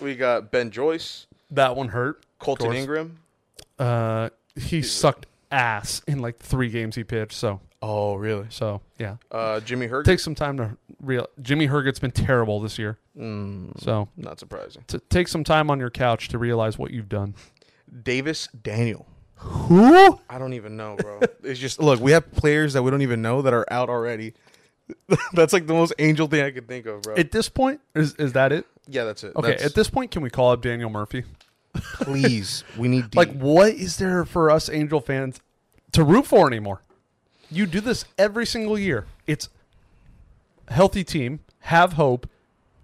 [SPEAKER 2] we got Ben Joyce,
[SPEAKER 1] that one hurt.
[SPEAKER 2] Colton
[SPEAKER 1] course.
[SPEAKER 2] Ingram.
[SPEAKER 1] Uh, he sucked ass in like three games he pitched. So,
[SPEAKER 2] Oh, really?
[SPEAKER 1] so yeah,
[SPEAKER 2] Uh, Jimmy Herget.
[SPEAKER 1] takes some time to real. Jimmy Herget's been terrible this year.
[SPEAKER 2] Mm,
[SPEAKER 1] So,
[SPEAKER 2] not surprising.
[SPEAKER 1] t- take some time on your couch to realize what you've done.
[SPEAKER 2] Davis Daniel.
[SPEAKER 1] Who?
[SPEAKER 2] I don't even know, bro. it's just look, we have players that we don't even know that are out already. That's like the most angel thing I could think of, bro.
[SPEAKER 1] At this point, is is that it?
[SPEAKER 2] yeah, that's it.
[SPEAKER 1] Okay.
[SPEAKER 2] That's-
[SPEAKER 1] At this point, can we call up Daniel Murphy?
[SPEAKER 2] please, we need
[SPEAKER 1] Like,
[SPEAKER 2] D.
[SPEAKER 1] what is there for us Angel fans to root for anymore? You do this every single year. It's healthy team, have hope,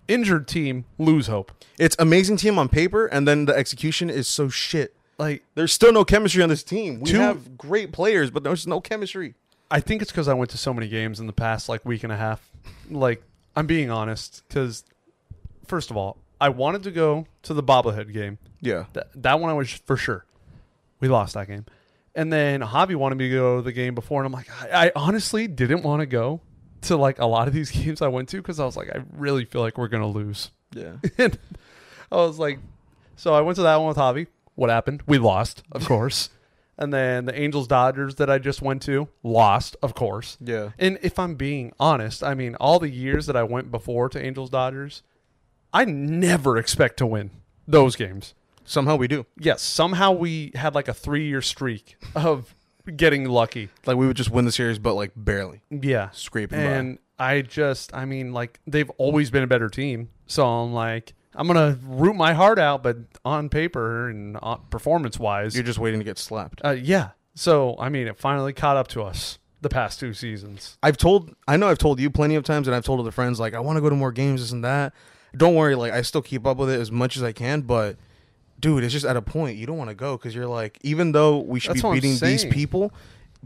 [SPEAKER 1] injured team, lose hope.
[SPEAKER 2] it's amazing team on paper, and then the execution is so shit.
[SPEAKER 1] Like,
[SPEAKER 2] There's still no chemistry on this team. We
[SPEAKER 1] Two-
[SPEAKER 2] have great players, but there's no chemistry.
[SPEAKER 1] I think it's because I went to so many games in the past, like, week and a half. Like, I'm being honest, because, first of all, I wanted to go to the bobblehead game.
[SPEAKER 2] Yeah.
[SPEAKER 1] That, that one I was for sure. We lost that game. And then Javi wanted me to go to the game before, and I'm like, I, I honestly didn't want to go to like a lot of these games I went to because I was like, I really feel like we're gonna lose.
[SPEAKER 2] Yeah.
[SPEAKER 1] and I was like, so I went to that one with Javi. What happened? We lost, of course. and then the Angels Dodgers that I just went to lost, of course.
[SPEAKER 2] Yeah.
[SPEAKER 1] And if I'm being honest, I mean, all the years that I went before to Angels Dodgers, I never expect to win those games
[SPEAKER 2] Somehow we do.
[SPEAKER 1] yes, somehow we had like a three year streak of getting lucky.
[SPEAKER 2] Like we would just win the series, but like barely
[SPEAKER 1] Yeah.
[SPEAKER 2] scraping
[SPEAKER 1] And I just, I mean, like, they've always been a better team. So I'm like, I'm going to root my heart out, but on paper and performance
[SPEAKER 2] by.
[SPEAKER 1] wise,
[SPEAKER 2] You're just waiting to get slapped.
[SPEAKER 1] uh, yeah. So, I mean, it finally caught up to us the past two seasons.
[SPEAKER 2] I've told, I know I've told you plenty of times, and I've told other friends like I want to go to more games, this and that. Don't worry, like I still keep up with it as much as I can, but dude, it's just at a point you don't want to go because you're like, even though we should
[SPEAKER 1] That's what
[SPEAKER 2] be
[SPEAKER 1] I'm
[SPEAKER 2] beating these
[SPEAKER 1] saying.
[SPEAKER 2] people,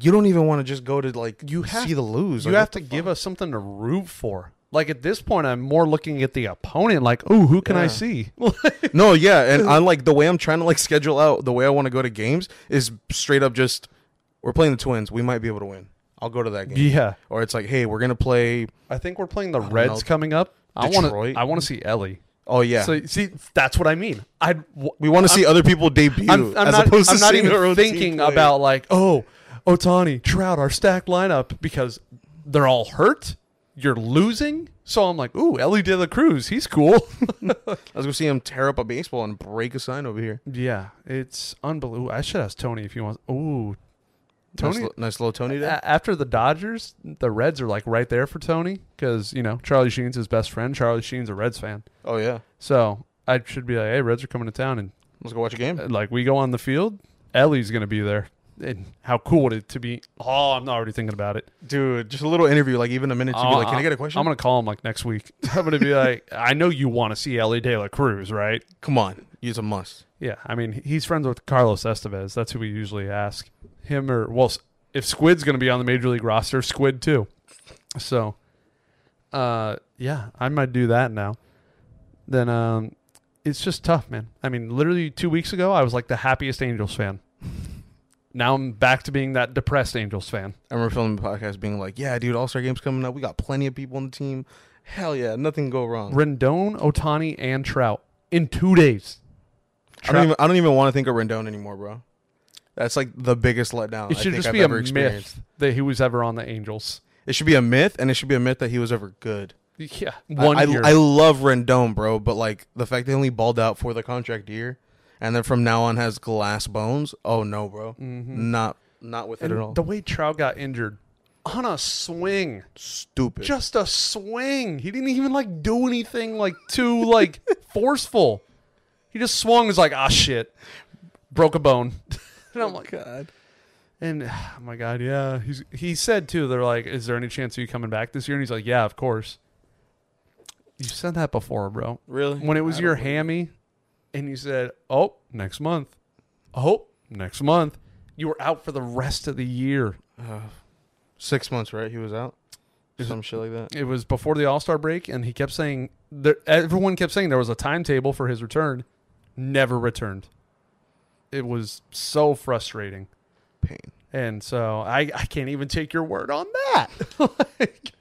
[SPEAKER 2] you don't even want to just go to like you
[SPEAKER 1] have-
[SPEAKER 2] see the lose.
[SPEAKER 1] You
[SPEAKER 2] Like,
[SPEAKER 1] have
[SPEAKER 2] what
[SPEAKER 1] to
[SPEAKER 2] the
[SPEAKER 1] give us something to root for. Like at this point, I'm more looking at the opponent, like, oh, who can I
[SPEAKER 2] Yeah.
[SPEAKER 1] see?
[SPEAKER 2] fuck? no, yeah, and I'm like the way I'm trying to like schedule out the way I want to go to games is straight up just we're playing the Twins, we might be able to win. I'll go to that game.
[SPEAKER 1] yeah.
[SPEAKER 2] Or it's like, hey, we're gonna play
[SPEAKER 1] I think we're playing the Reds
[SPEAKER 2] know.
[SPEAKER 1] coming up. I want to.
[SPEAKER 2] Detroit?
[SPEAKER 1] I want to see Ellie.
[SPEAKER 2] Oh yeah.
[SPEAKER 1] So see, that's what I mean. I'd w-
[SPEAKER 2] we want to see other people debut
[SPEAKER 1] I'm, I'm
[SPEAKER 2] as
[SPEAKER 1] not,
[SPEAKER 2] opposed to
[SPEAKER 1] I'm not
[SPEAKER 2] seeing our
[SPEAKER 1] even
[SPEAKER 2] own team
[SPEAKER 1] thinking
[SPEAKER 2] play.
[SPEAKER 1] about like, oh, Otani, Trout, our stack lineup because they're all hurt. You're losing, so I'm like, ooh, Ellie De La Cruz, he's cool.
[SPEAKER 2] I was gonna see him tear up a baseball and break a sign over here.
[SPEAKER 1] yeah, it's unbelievable. I should ask Tony if he wants. Ooh,
[SPEAKER 2] nice,
[SPEAKER 1] Tony. Uh,
[SPEAKER 2] li- nice little Tony. There.
[SPEAKER 1] a- after the Dodgers, the Reds are like right there for Tony because you know Charlie Sheen's his best friend. Charlie Sheen's a Reds fan,
[SPEAKER 2] Oh yeah.
[SPEAKER 1] so I should be like, hey, Reds are coming to town, and uh,
[SPEAKER 2] Let's go watch a game.
[SPEAKER 1] like we go on the field, Ellie's gonna be there. And how cool would it to be? Oh, I'm not already thinking about it. Uh,
[SPEAKER 2] Dude, just a little interview, like even a minute to be like, Can I get a question?
[SPEAKER 1] I'm gonna call him like next week. I'm gonna be like, I know you want to see Ellie De La Cruz, right?
[SPEAKER 2] Come on. Use a must.
[SPEAKER 1] Yeah, I mean he's friends with Carlos Estevez. That's who we usually ask him or well, s- if Squid's gonna be on the major league roster, Squid too. So, uh, yeah, I might do that now. Then um, it's just tough, man. I mean, literally two weeks ago, I was like the happiest Angels fan. Now I'm back to being that depressed Angels fan.
[SPEAKER 2] I remember filming the podcast being like, Yeah, dude, All Star Game's coming up. We got plenty of people on the team. Hell yeah, nothing can go wrong.
[SPEAKER 1] Rendon, Otani, and Trout in two days.
[SPEAKER 2] I don't even I don't even want to think of Rendon anymore, bro. That's like the biggest letdown
[SPEAKER 1] It
[SPEAKER 2] I
[SPEAKER 1] should
[SPEAKER 2] think
[SPEAKER 1] just
[SPEAKER 2] I've
[SPEAKER 1] be a
[SPEAKER 2] ever
[SPEAKER 1] myth
[SPEAKER 2] experienced.
[SPEAKER 1] that he was ever on the Angels.
[SPEAKER 2] It should be a myth, and it should be a myth that he was ever good.
[SPEAKER 1] Yeah,
[SPEAKER 2] I-
[SPEAKER 1] one
[SPEAKER 2] I,
[SPEAKER 1] year.
[SPEAKER 2] I love Rendon, bro, but like the fact they only balled out for the contract year, and then from now on has glass bones. Oh no, bro, not not with it at all.
[SPEAKER 1] Mm-hmm. and the way Trout got injured on a swing,
[SPEAKER 2] Stupid.
[SPEAKER 1] just a swing. He didn't even like do anything like too like forceful. He just swung. Was like, ah, shit, broke a bone. and I'm like,
[SPEAKER 2] God.
[SPEAKER 1] and oh my god, yeah. He's he said too. They're like, is there any chance of you coming back this year? And he's like, yeah, of course. You said that before, bro.
[SPEAKER 2] Really?
[SPEAKER 1] when it was
[SPEAKER 2] I
[SPEAKER 1] your
[SPEAKER 2] don't believe
[SPEAKER 1] hammy and you said, "Oh, next month." "Oh, next month." You were out for the rest of the year.
[SPEAKER 2] six months, right? He was out. Some shit like that.
[SPEAKER 1] It was before the All-Star break and he kept saying there, everyone kept saying there was a timetable for his return, never returned. It was so frustrating.
[SPEAKER 2] Pain.
[SPEAKER 1] And so I, I can't even take your word on that. like,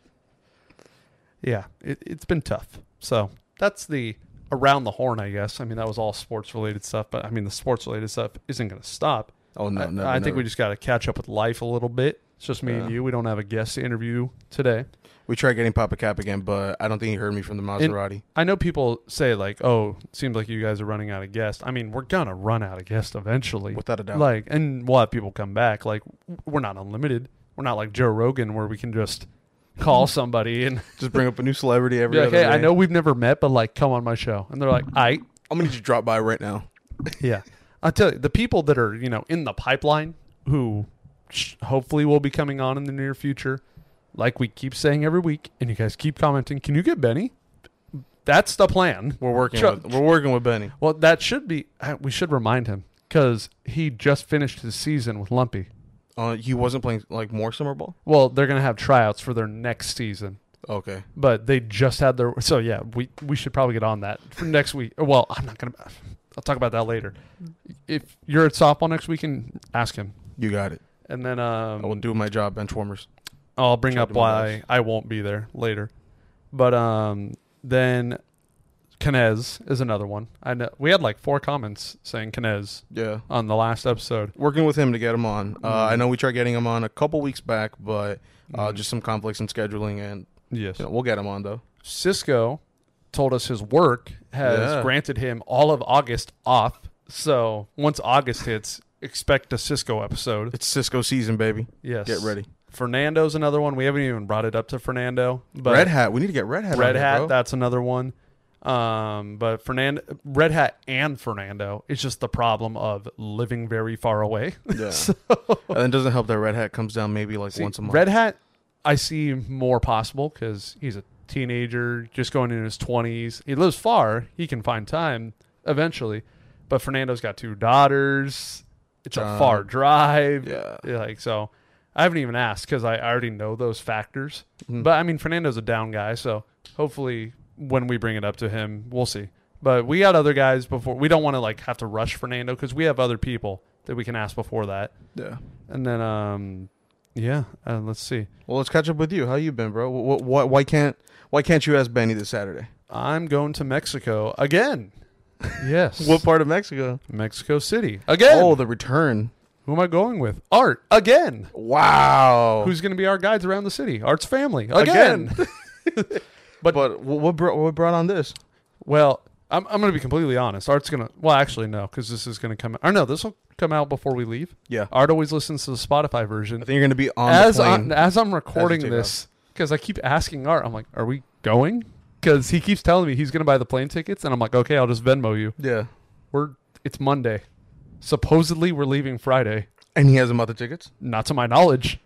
[SPEAKER 1] yeah, it, it's been tough. So that's the around the horn, I guess. I mean, that was all sports related stuff, but I mean, the sports related stuff isn't going to stop.
[SPEAKER 2] Oh no,
[SPEAKER 1] I,
[SPEAKER 2] no.
[SPEAKER 1] I think we just got to catch up with life a little bit. It's just me and
[SPEAKER 2] Yeah.
[SPEAKER 1] you. We don't have a guest to interview today.
[SPEAKER 2] we tried getting Papa Cap again, but I don't think he heard me from the Maserati.
[SPEAKER 1] I know people say, like, oh, seems like you guys are running out of guests. I mean, we're going to run out of guests eventually.
[SPEAKER 2] without a doubt.
[SPEAKER 1] Like, and we'll have people come back. Like, w- we're not unlimited. We're not like Joe Rogan where we can just call somebody and
[SPEAKER 2] just bring up a new celebrity every
[SPEAKER 1] be like,
[SPEAKER 2] other
[SPEAKER 1] hey,
[SPEAKER 2] day.
[SPEAKER 1] I know we've never met, but like, come on my show. And they're like, I,
[SPEAKER 2] I'm gonna just drop by right now.
[SPEAKER 1] yeah. I tell you, the people that are, you know, in the pipeline who sh- hopefully will be coming on in the near future, like we keep saying every week, and you guys keep commenting, can you get Benny? That's the plan.
[SPEAKER 2] We're working.
[SPEAKER 1] Chuck-
[SPEAKER 2] with, we're working with Benny.
[SPEAKER 1] Well, that should be, I- we should remind him because he just finished his season with Lumpy.
[SPEAKER 2] Uh, he wasn't playing like more summer ball.
[SPEAKER 1] Well, they're going to have tryouts for their next season,
[SPEAKER 2] Okay.
[SPEAKER 1] but they just had their. So yeah, we we should probably get on that for next week. Uh, Well, I'm not gonna. I'll talk about that later. If you're at softball next week, and ask him,
[SPEAKER 2] You got it.
[SPEAKER 1] and then
[SPEAKER 2] I will
[SPEAKER 1] um,
[SPEAKER 2] do my job, bench warmers.
[SPEAKER 1] I'll bring
[SPEAKER 2] Try
[SPEAKER 1] up
[SPEAKER 2] to do my
[SPEAKER 1] why I won't be there later. But um, then Kinez is another one. I know we had like four comments saying Kinez
[SPEAKER 2] Yeah.
[SPEAKER 1] on the last episode.
[SPEAKER 2] Working with him to get him on. Uh, I know we tried getting him on a couple weeks back, but uh, just some conflicts in scheduling, and
[SPEAKER 1] Yes,
[SPEAKER 2] you know, we'll get him on though.
[SPEAKER 1] Cisco told us his work has
[SPEAKER 2] Yeah.
[SPEAKER 1] granted him all of August off. So once August hits, expect a Cisco episode.
[SPEAKER 2] It's Cisco season, baby.
[SPEAKER 1] Yes.
[SPEAKER 2] Get ready.
[SPEAKER 1] Fernando's another one. We haven't even brought it up to Fernando. But
[SPEAKER 2] Red Hat. We need to get Red Hat. on
[SPEAKER 1] Red
[SPEAKER 2] here,
[SPEAKER 1] Hat,
[SPEAKER 2] bro.
[SPEAKER 1] that's another one. Um, but Fernando, Red Hat and Fernando is just the problem of living very far away.
[SPEAKER 2] Yeah. and it doesn't help that Red Hat comes down maybe like once a month.
[SPEAKER 1] Red Hat, I see more possible because he's a teenager, just going in his twenties. He lives far; he can find time eventually. But Fernando's got two daughters. It's a
[SPEAKER 2] Um,
[SPEAKER 1] far drive.
[SPEAKER 2] yeah.
[SPEAKER 1] like so. I haven't even asked because I already know those factors.
[SPEAKER 2] Mm-hmm.
[SPEAKER 1] But I mean, Fernando's a down guy, so hopefully when we bring it up to him, we'll see. But we got other guys before. We don't want to like have to rush Fernando because we have other people that we can ask before that.
[SPEAKER 2] Yeah.
[SPEAKER 1] And then, um, yeah, uh, let's see.
[SPEAKER 2] Well, let's catch up with you. How you been, bro? What, why can't Why can't you ask Benny this Saturday?
[SPEAKER 1] I'm going to Mexico again. Yes.
[SPEAKER 2] What part of Mexico?
[SPEAKER 1] Mexico City again.
[SPEAKER 2] Oh, the return.
[SPEAKER 1] Who am I going with? Art again.
[SPEAKER 2] Wow.
[SPEAKER 1] Who's going to be our guides around the city? Art's family again.
[SPEAKER 2] but but wh- what brought what brought on this?
[SPEAKER 1] well, I'm, I'm going to be completely honest. Art's going to. Well, actually, no, because this is going to come. Or no, this will come out before we leave.
[SPEAKER 2] Yeah.
[SPEAKER 1] Art always listens to the Spotify version.
[SPEAKER 2] I think you're gonna be on
[SPEAKER 1] as
[SPEAKER 2] the plane.
[SPEAKER 1] I'm, as I'm recording
[SPEAKER 2] take
[SPEAKER 1] this, because I keep asking Art, I'm like, "Are we going?" Because he keeps telling me he's going to buy the plane tickets, and I'm like, "Okay, I'll just Venmo you."
[SPEAKER 2] yeah.
[SPEAKER 1] We're it's Monday. Supposedly we're leaving Friday.
[SPEAKER 2] And he has about the tickets.
[SPEAKER 1] Not to my knowledge.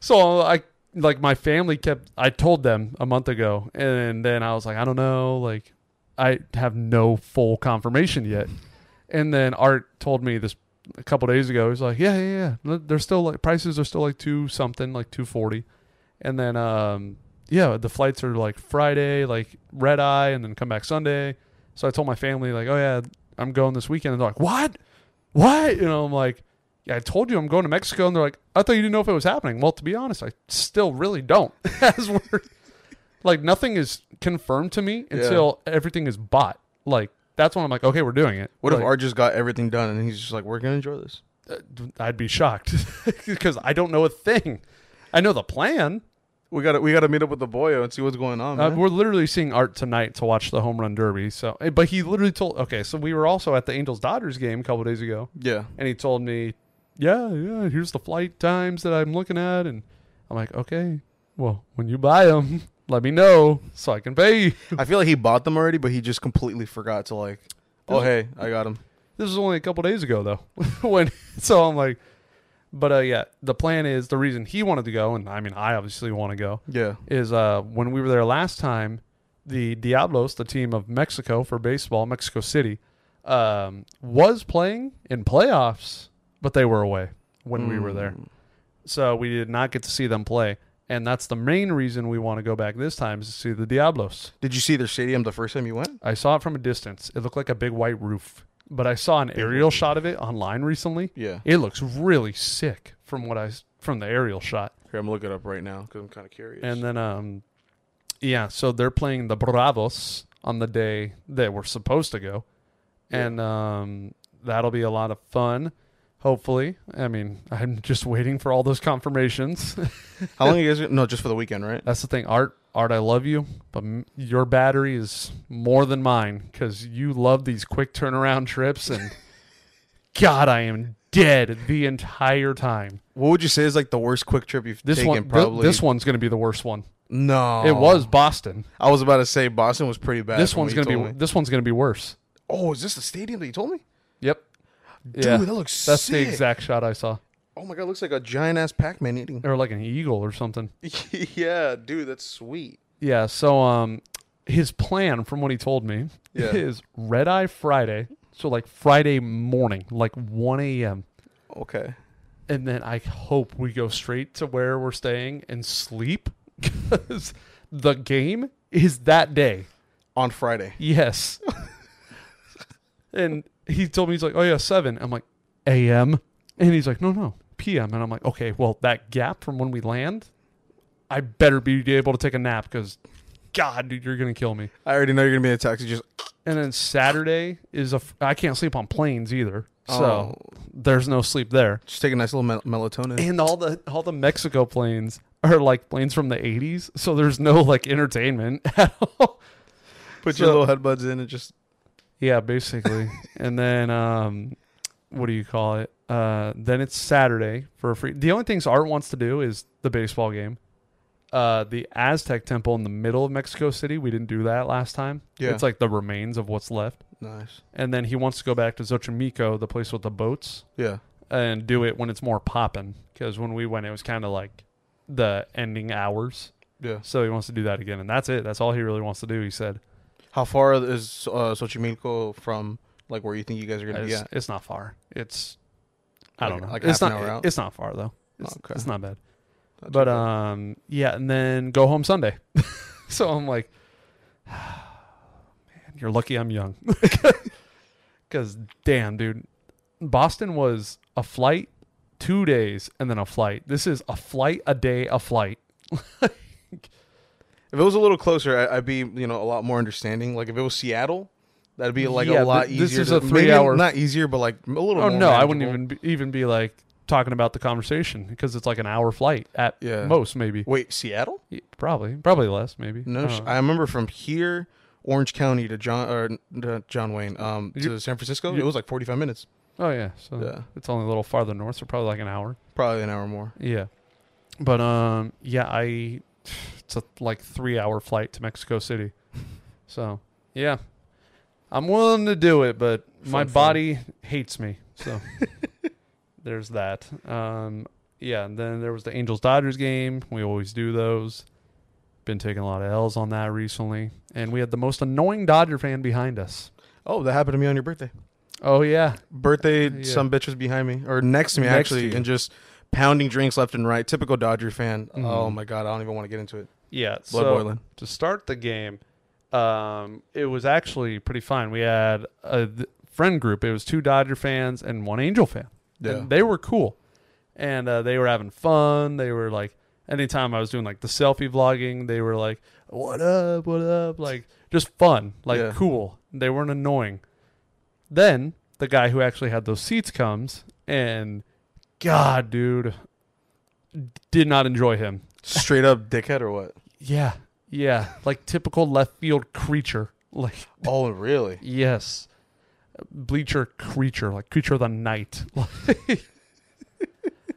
[SPEAKER 1] so I like my family kept. I told them a month ago, and then I was like, "I don't know." Like, I have no full confirmation yet. And then Art told me this a couple days ago. He's like, "Yeah, yeah, yeah. They're still like prices are still like two something, like two forty, and then um, yeah, the flights are like Friday, like red eye, and then come back Sunday." So I told my family like, "Oh yeah, I'm going this weekend," and they're like, "What? What?" You know, I'm like. Yeah, I told you I'm going to Mexico, and they're like, "I thought you didn't know if it was happening." Well, to be honest, I still really don't. As we're like, nothing is confirmed to me
[SPEAKER 2] Yeah.
[SPEAKER 1] until everything is bought. Like that's when I'm like, "Okay, we're doing it."
[SPEAKER 2] What if
[SPEAKER 1] Like,
[SPEAKER 2] Art just got everything done and he's just like, we're gonna enjoy this?
[SPEAKER 1] uh, I'd be shocked because I don't know a thing. I know the plan.
[SPEAKER 2] We gotta we gotta meet up with the boyo and see what's going on.
[SPEAKER 1] Uh,
[SPEAKER 2] man.
[SPEAKER 1] we're literally seeing Art tonight to watch the home run derby. So, eh, but he literally told. Okay, so we were also at the Angels Dodgers game a couple days ago,
[SPEAKER 2] yeah.
[SPEAKER 1] and he told me, "Yeah, yeah, here's the flight times that I'm looking at," and I'm like, "Okay, well, when you buy them, let me know so I can pay you."
[SPEAKER 2] I feel like he bought them already, but he just completely forgot to like. Oh hey, I got him.
[SPEAKER 1] This was only a couple days ago though. when so I'm like, but uh, yeah, the plan is the reason he wanted to go, and I mean, I obviously want to go.
[SPEAKER 2] Yeah.
[SPEAKER 1] is uh, when we were there last time, the Diablos, the team of Mexico for baseball, Mexico City, um, was playing in playoffs, but they were away when we were
[SPEAKER 2] Hmm.
[SPEAKER 1] there.
[SPEAKER 2] Mm.
[SPEAKER 1] So we did not get to see them play. And that's the main reason we want to go back this time is to see the Diablos.
[SPEAKER 2] Did you see their stadium the first time you went?
[SPEAKER 1] I saw it from a distance. It looked like a big white roof, but I saw an aerial shot of it online recently.
[SPEAKER 2] Yeah.
[SPEAKER 1] It looks really sick from what I s- from the aerial shot.
[SPEAKER 2] Here, I'm gonna look it up right now because I'm kind of curious.
[SPEAKER 1] And then, um, yeah, so they're playing the Bravos on the day that we're supposed to go, and um, that'll be a lot of fun. Hopefully, I mean, I'm just waiting for all those confirmations.
[SPEAKER 2] how long you guys? No, just for the weekend, right?
[SPEAKER 1] That's the thing, Art. Art, I love you, but m- your battery is more than mine because you love these quick turnaround trips, and God, I am dead the entire time.
[SPEAKER 2] What would you say is like the worst quick trip you've
[SPEAKER 1] This
[SPEAKER 2] taken?
[SPEAKER 1] one, th-
[SPEAKER 2] probably. Oh.
[SPEAKER 1] this one's going to be the worst one.
[SPEAKER 2] No,
[SPEAKER 1] It was Boston.
[SPEAKER 2] I was about to say Boston was pretty bad.
[SPEAKER 1] This
[SPEAKER 2] from
[SPEAKER 1] one's
[SPEAKER 2] what
[SPEAKER 1] going
[SPEAKER 2] you
[SPEAKER 1] to be.
[SPEAKER 2] told me.
[SPEAKER 1] This one's going to be worse.
[SPEAKER 2] Oh, is this the stadium that you told me?
[SPEAKER 1] Yep.
[SPEAKER 2] Dude, that looks
[SPEAKER 1] That's the
[SPEAKER 2] sick.
[SPEAKER 1] exact shot I saw.
[SPEAKER 2] Oh my god, looks like a giant ass Pac-Man eating.
[SPEAKER 1] Or like an eagle or something.
[SPEAKER 2] yeah, dude, that's sweet.
[SPEAKER 1] Yeah, so um his plan from what he told me
[SPEAKER 2] Yeah.
[SPEAKER 1] is red eye Friday. So like Friday morning, like one AM.
[SPEAKER 2] Okay.
[SPEAKER 1] And then I hope we go straight to where we're staying and sleep because the game is that day.
[SPEAKER 2] On Friday.
[SPEAKER 1] Yes. and he told me he's like, "Oh yeah, 7." I'm like, "AM?" And he's like, "No, no, PM." And I'm like, "Okay, well, that gap from when we land, I better be able to take a nap cuz god, dude, you're going to kill me."
[SPEAKER 2] I already know you're gonna be in a taxi. Just
[SPEAKER 1] And then Saturday is a f- I can't sleep on planes either. So,
[SPEAKER 2] Oh.
[SPEAKER 1] there's no sleep there.
[SPEAKER 2] just take a nice little mel- melatonin.
[SPEAKER 1] And all the all the Mexico planes are like planes from the 80s, so there's no like entertainment at all.
[SPEAKER 2] Put
[SPEAKER 1] So-
[SPEAKER 2] your little headbuds in and just
[SPEAKER 1] Yeah, basically. and then um what do you call it? Uh then it's Saturday for a free the only things Art wants to do is the baseball game. Uh the Aztec temple in the middle of Mexico City. We didn't do that last time.
[SPEAKER 2] Yeah.
[SPEAKER 1] It's like the remains of what's left.
[SPEAKER 2] nice.
[SPEAKER 1] And then he wants to go back to Xochimilco, the place with the boats,
[SPEAKER 2] Yeah.
[SPEAKER 1] and do it when it's more poppin'. Because when we went it was kinda like the ending hours.
[SPEAKER 2] Yeah.
[SPEAKER 1] So he wants to do that again and that's it. That's all he really wants to do, he said.
[SPEAKER 2] How far is uh, Xochimilco from like where you think you guys are gonna
[SPEAKER 1] It's,
[SPEAKER 2] be at?
[SPEAKER 1] it's not far. It's I
[SPEAKER 2] Like-
[SPEAKER 1] don't know.
[SPEAKER 2] like
[SPEAKER 1] it's
[SPEAKER 2] half
[SPEAKER 1] not.
[SPEAKER 2] an hour out? Oh,
[SPEAKER 1] It's not far though. It's,
[SPEAKER 2] Okay.
[SPEAKER 1] it's not bad.
[SPEAKER 2] That's
[SPEAKER 1] but
[SPEAKER 2] okay.
[SPEAKER 1] um, yeah, and then go home Sunday. so I'm like, man, you're lucky I'm young. Because damn, dude, Boston was a flight, two days, and then a flight. This is a flight, a day, a flight.
[SPEAKER 2] If it was a little closer, I, I'd be you know a lot more understanding. Like if it was Seattle, that'd be like
[SPEAKER 1] Yeah,
[SPEAKER 2] a lot
[SPEAKER 1] th- this
[SPEAKER 2] easier.
[SPEAKER 1] is
[SPEAKER 2] to-
[SPEAKER 1] a
[SPEAKER 2] maybe
[SPEAKER 1] three-hour-
[SPEAKER 2] not easier, but like a little.
[SPEAKER 1] Oh
[SPEAKER 2] more
[SPEAKER 1] no, I wouldn't
[SPEAKER 2] manageable.
[SPEAKER 1] even be, even be like talking about the conversation because it's like an hour flight at
[SPEAKER 2] Yeah.
[SPEAKER 1] most, maybe.
[SPEAKER 2] Wait, Seattle?
[SPEAKER 1] Yeah, Probably, probably less, maybe. I
[SPEAKER 2] No, sh-
[SPEAKER 1] don't know.
[SPEAKER 2] I remember from here, Orange County to John or uh, John Wayne um, to
[SPEAKER 1] You-
[SPEAKER 2] San Francisco.
[SPEAKER 1] you-
[SPEAKER 2] it was like forty five minutes,
[SPEAKER 1] oh yeah, so
[SPEAKER 2] Yeah.
[SPEAKER 1] it's only a little farther north, so probably like an hour.
[SPEAKER 2] probably an hour more.
[SPEAKER 1] Yeah, but um, yeah, I it's a like three hour flight to Mexico City, so yeah, I'm willing to do it, but my
[SPEAKER 2] Fun, fun.
[SPEAKER 1] body hates me, so there's that. Um, yeah, and then there was the Angels Dodgers game. We always do those. Been taking a lot of L's on that recently, and we had the most annoying Dodger fan behind us.
[SPEAKER 2] Oh, that happened to me on your birthday.
[SPEAKER 1] Oh yeah,
[SPEAKER 2] Birthday,
[SPEAKER 1] Yeah.
[SPEAKER 2] some bitch was behind me or next to me
[SPEAKER 1] Next to
[SPEAKER 2] actually,
[SPEAKER 1] you.
[SPEAKER 2] and just pounding drinks left and right. Typical Dodger fan.
[SPEAKER 1] Mhm.
[SPEAKER 2] Oh my god, I don't even want to get into it.
[SPEAKER 1] yeah.
[SPEAKER 2] Blood
[SPEAKER 1] so-
[SPEAKER 2] boiling.
[SPEAKER 1] to start the game, um, it was actually pretty fun. We had a th- friend group. It was two Dodger fans and one Angel fan.
[SPEAKER 2] Yeah.
[SPEAKER 1] And they were cool. And uh, they were having fun. They were like, anytime I was doing like the selfie vlogging, they were like, what up, what up? Like, just fun, like
[SPEAKER 2] Yeah.
[SPEAKER 1] cool. They weren't annoying. Then the guy who actually had those seats comes and, God, dude, did not enjoy him.
[SPEAKER 2] Straight up dickhead or what?
[SPEAKER 1] Yeah, yeah, like typical left field creature. Like
[SPEAKER 2] Oh, really?
[SPEAKER 1] yes, bleacher creature, like creature of the night. Like-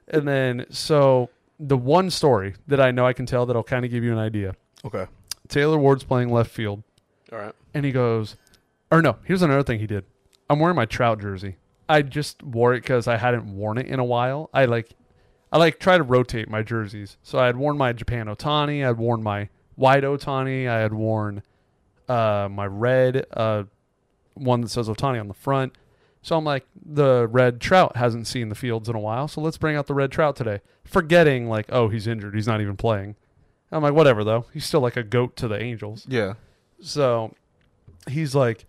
[SPEAKER 1] and then so the one story that I know I can tell that'll kind of give you an idea.
[SPEAKER 2] Okay.
[SPEAKER 1] Taylor Ward's playing left field,
[SPEAKER 2] All right.
[SPEAKER 1] and he goes, or no, here's another thing he did. I'm wearing my Trout jersey. I just wore it because I hadn't worn it in a while. I like, I like try to rotate my jerseys. So I had worn my Japan Otani. I'd worn my white Otani. I had worn uh, my red uh, one that says Otani on the front. So I'm like, the red Trout hasn't seen the fields in a while. So let's bring out the red Trout today, forgetting like, oh, he's injured. He's not even playing. I'm like, whatever though. He's still like a goat to the Angels.
[SPEAKER 2] Yeah.
[SPEAKER 1] So he's like,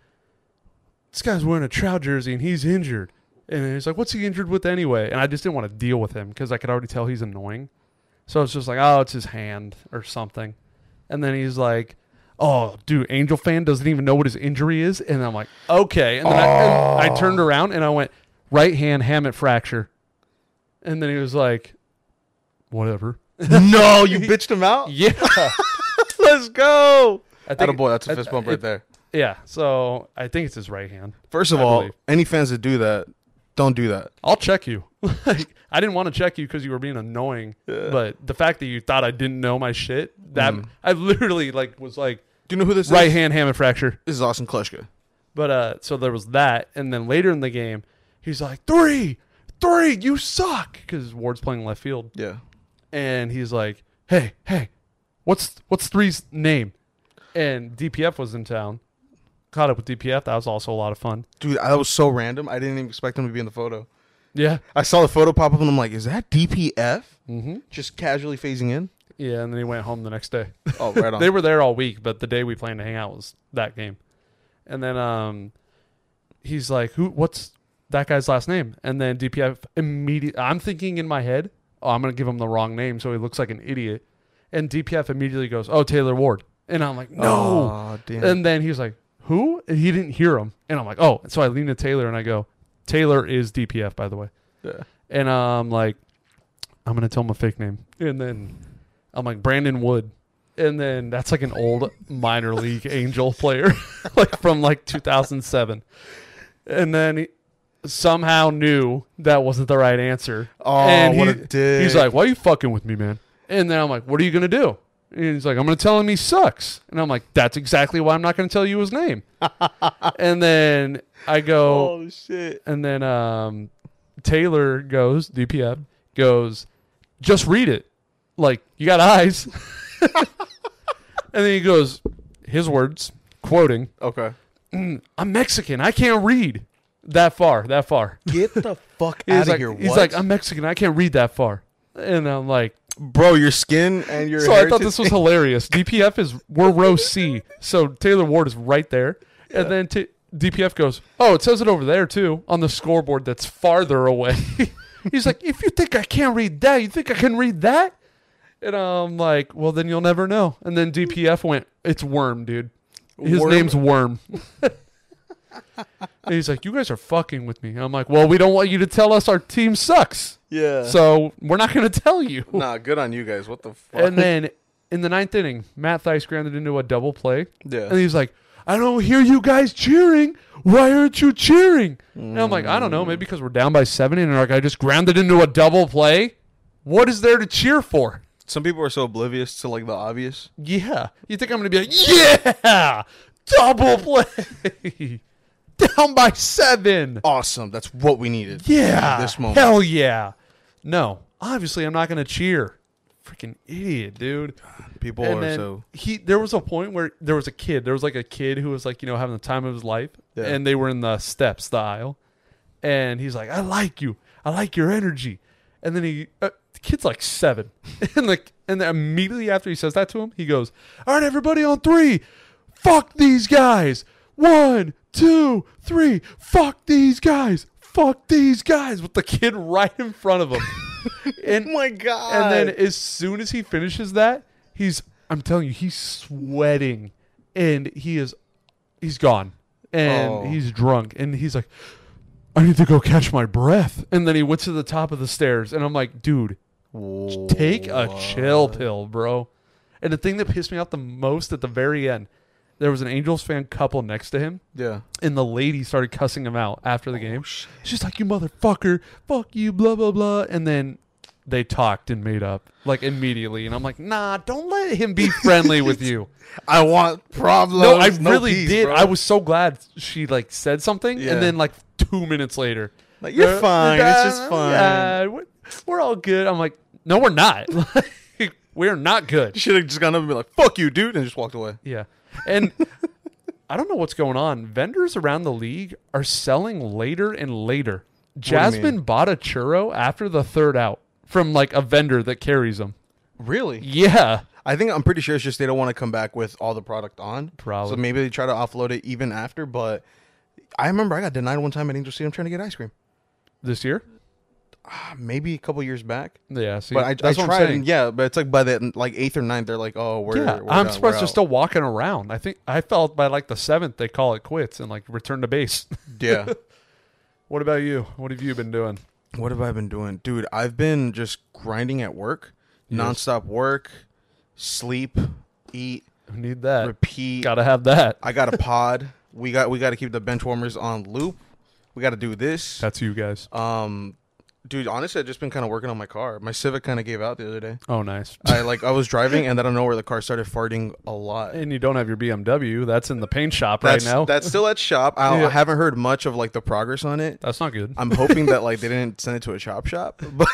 [SPEAKER 1] this guy's wearing a Trout jersey and he's injured. And he's like, what's he injured with anyway? And I just didn't want to deal with him because I could already tell he's annoying. So it's just like, oh, it's his hand or something. And then he's like, oh, dude, Angel fan doesn't even know what his injury is. And I'm like, okay. And then I, and I turned around and I went, right hand hammock fracture. And then he was like, whatever.
[SPEAKER 2] no, you bitched him out.
[SPEAKER 1] Yeah.
[SPEAKER 2] Let's go.
[SPEAKER 1] I think,
[SPEAKER 2] That boy, that's a
[SPEAKER 1] I-
[SPEAKER 2] fist bump
[SPEAKER 1] it-
[SPEAKER 2] right there.
[SPEAKER 1] Yeah. So I think it's his right hand.
[SPEAKER 2] First of
[SPEAKER 1] I
[SPEAKER 2] all,
[SPEAKER 1] believe.
[SPEAKER 2] any fans that do that, don't do that.
[SPEAKER 1] I'll check you. like I didn't want to check you because you were being annoying, but the fact that you thought I didn't know my shit, that I literally like was like
[SPEAKER 2] Do you know who this
[SPEAKER 1] right
[SPEAKER 2] is?
[SPEAKER 1] hand hammer fracture.
[SPEAKER 2] This is Austin Klushka.
[SPEAKER 1] But uh, so there was that, and then later in the game, he's like three, three, you suck, because Ward's playing left field,
[SPEAKER 2] Yeah.
[SPEAKER 1] and he's like, hey, hey, what's what's three's name? And DPF was in town. Caught up with DPF. That was also a lot of fun.
[SPEAKER 2] Dude, that was so random. I didn't even expect him to be in the photo.
[SPEAKER 1] Yeah.
[SPEAKER 2] I saw the photo pop up and I'm like, is that DPF?
[SPEAKER 1] Mm-hmm.
[SPEAKER 2] Just casually phasing in?
[SPEAKER 1] Yeah, and then he went home the next day.
[SPEAKER 2] Oh, right on.
[SPEAKER 1] they were there all week, but the day we planned to hang out was that game. And then um, he's like, "Who? What's that guy's last name?" And then DPF immediately. I'm thinking in my head, "Oh, I'm gonna give him the wrong name, so he looks like an idiot." And DPF immediately goes, "Oh, Taylor Ward," and I'm like, "No."
[SPEAKER 2] Oh, damn.
[SPEAKER 1] and then he's like, "Who?" And he didn't hear him, and I'm like, "Oh." So I lean to Taylor and I go, "Taylor is DPF, by the way."
[SPEAKER 2] yeah.
[SPEAKER 1] And I'm like, I'm gonna tell him a fake name. And then I'm like Brandon Wood. And then that's like an old minor league angel player, like from like 2007. And then he somehow knew that wasn't the right answer.
[SPEAKER 2] Oh,
[SPEAKER 1] and
[SPEAKER 2] what
[SPEAKER 1] he-
[SPEAKER 2] a dick.
[SPEAKER 1] he's like, "Why are you fucking with me, man?" And then I'm like, "What are you gonna do?" And he's like, "I'm gonna tell him he sucks." And I'm like, "That's exactly why I'm not gonna tell you his name." and then I go,
[SPEAKER 2] oh, shit.
[SPEAKER 1] and then um, Taylor goes, DPF goes, just read it. Like, you got eyes. and then he goes, his words, quoting,
[SPEAKER 2] Okay.
[SPEAKER 1] I'm Mexican. I can't read that far, that far.
[SPEAKER 2] Get the fuck
[SPEAKER 1] He's
[SPEAKER 2] out
[SPEAKER 1] like,
[SPEAKER 2] of here.
[SPEAKER 1] he's
[SPEAKER 2] What?
[SPEAKER 1] like, I'm Mexican. I can't read that far. And I'm like,
[SPEAKER 2] Bro, your skin and your
[SPEAKER 1] so I thought
[SPEAKER 2] heritage-
[SPEAKER 1] this was hilarious. DPF is, we're row C. So Taylor Ward is right there. And then t- DPF goes, Oh, it says it over there too on the scoreboard that's farther away. He's like, If you think I can't read that, you think I can read that? And I'm like, well, then you'll never know. And then DPF went, it's Worm, dude. His
[SPEAKER 2] Worm?
[SPEAKER 1] name's Worm. And he's like, you guys are fucking with me. And I'm like, well, we don't want you to tell us our team sucks.
[SPEAKER 2] Yeah.
[SPEAKER 1] So we're not going to tell you.
[SPEAKER 2] nah, good on you guys. What the fuck?
[SPEAKER 1] And then in the ninth inning, Matt Thice grounded into a double play.
[SPEAKER 2] yeah.
[SPEAKER 1] And he's like, I don't hear you guys cheering. Why aren't you cheering? And I'm like, I don't know.
[SPEAKER 2] Mm.
[SPEAKER 1] Maybe because we're down by seven and our guy just grounded into a double play. What is there to cheer for?
[SPEAKER 2] Some people are so oblivious to like the obvious.
[SPEAKER 1] Yeah. You think I'm going to be like, yeah, double play. down by seven.
[SPEAKER 2] Awesome. That's what we needed.
[SPEAKER 1] Yeah.
[SPEAKER 2] This moment.
[SPEAKER 1] Hell yeah. No. Obviously, I'm not going to cheer. Freaking idiot, dude.
[SPEAKER 2] People
[SPEAKER 1] and
[SPEAKER 2] are
[SPEAKER 1] then
[SPEAKER 2] so.
[SPEAKER 1] he there was a point where there was a kid there was like a kid who was like you know having the time of his life
[SPEAKER 2] Yeah.
[SPEAKER 1] and they were in the steps the aisle and he's like i like you i like your energy and then he uh, the kid's like seven and like and then immediately after he says that to him he goes all right everybody on three fuck these guys one two three fuck these guys fuck these guys with the kid right in front of him and
[SPEAKER 2] my god.
[SPEAKER 1] and then as soon as he finishes that, he's I'm telling you, he's sweating and he is he's gone. And
[SPEAKER 2] Oh.
[SPEAKER 1] he's drunk and he's like I need to go catch my breath. And then he went to the top of the stairs and I'm like, dude, take a chill pill, bro. And the thing that pissed me off the most at the very end, there was an Angels fan couple next to him
[SPEAKER 2] Yeah.
[SPEAKER 1] and the lady started cussing him out after the game. She's like, "You motherfucker, fuck you, blah blah blah," and then they talked and made up like immediately. And I'm like, "Nah, don't let him be friendly with you." Oh,
[SPEAKER 2] I want problems.
[SPEAKER 1] No, I really
[SPEAKER 2] peace,
[SPEAKER 1] did.
[SPEAKER 2] bro.
[SPEAKER 1] I was so glad she like said something,
[SPEAKER 2] Yeah.
[SPEAKER 1] and then like two minutes later,
[SPEAKER 2] Like, you're
[SPEAKER 1] "Uh,
[SPEAKER 2] fine. It's just
[SPEAKER 1] uh,
[SPEAKER 2] fine."
[SPEAKER 1] yeah, we're, we're all good. I'm like, "No, we're not. Like, we're not good."
[SPEAKER 2] You should have just gone up and be like, "Fuck you, dude," and just walked away.
[SPEAKER 1] Yeah. And I don't know what's going on. Vendors around the league are selling later and later.
[SPEAKER 2] you mean?
[SPEAKER 1] Jasmine bought a churro after the third out from like a vendor that carries them.
[SPEAKER 2] Really?
[SPEAKER 1] Yeah.
[SPEAKER 2] I think I'm pretty sure it's just they don't want to come back with all the product on.
[SPEAKER 1] Probably.
[SPEAKER 2] So maybe they try to offload it even after. But I remember I got denied one time at Angel Stadium trying to get ice cream. Uh,
[SPEAKER 1] This year?
[SPEAKER 2] Maybe a couple years back.
[SPEAKER 1] Yeah. See,
[SPEAKER 2] But I,
[SPEAKER 1] that's
[SPEAKER 2] I
[SPEAKER 1] what I'm
[SPEAKER 2] tried.
[SPEAKER 1] saying.
[SPEAKER 2] and yeah, but it's like by the like eighth or ninth, they're like, "Oh, we're
[SPEAKER 1] Yeah,
[SPEAKER 2] we're
[SPEAKER 1] I'm
[SPEAKER 2] done,
[SPEAKER 1] surprised
[SPEAKER 2] we're
[SPEAKER 1] they're
[SPEAKER 2] out."
[SPEAKER 1] still walking around. I think I felt by like the seventh they call it quits and like return to base.
[SPEAKER 2] yeah.
[SPEAKER 1] what about you? What have you been doing?
[SPEAKER 2] What have I been doing, dude? I've been just grinding at work, nonstop work, sleep, eat,
[SPEAKER 1] We need that.
[SPEAKER 2] repeat.
[SPEAKER 1] Gotta have that.
[SPEAKER 2] I got a pod. We got we got to keep the bench warmers on loop. We got to do this.
[SPEAKER 1] That's you guys.
[SPEAKER 2] Um, dude, honestly, I've just been kind of working on my car. My Civic kind of gave out the other day.
[SPEAKER 1] Oh, nice.
[SPEAKER 2] I like I was driving and then I don't know where the car started farting a lot.
[SPEAKER 1] and you don't have your BMW. That's in the paint shop
[SPEAKER 2] That's,
[SPEAKER 1] right now.
[SPEAKER 2] that's still at shop. I,
[SPEAKER 1] Yeah.
[SPEAKER 2] I haven't heard much of like the progress on it.
[SPEAKER 1] that's not good.
[SPEAKER 2] I'm hoping that like they didn't send it to a chop shop, but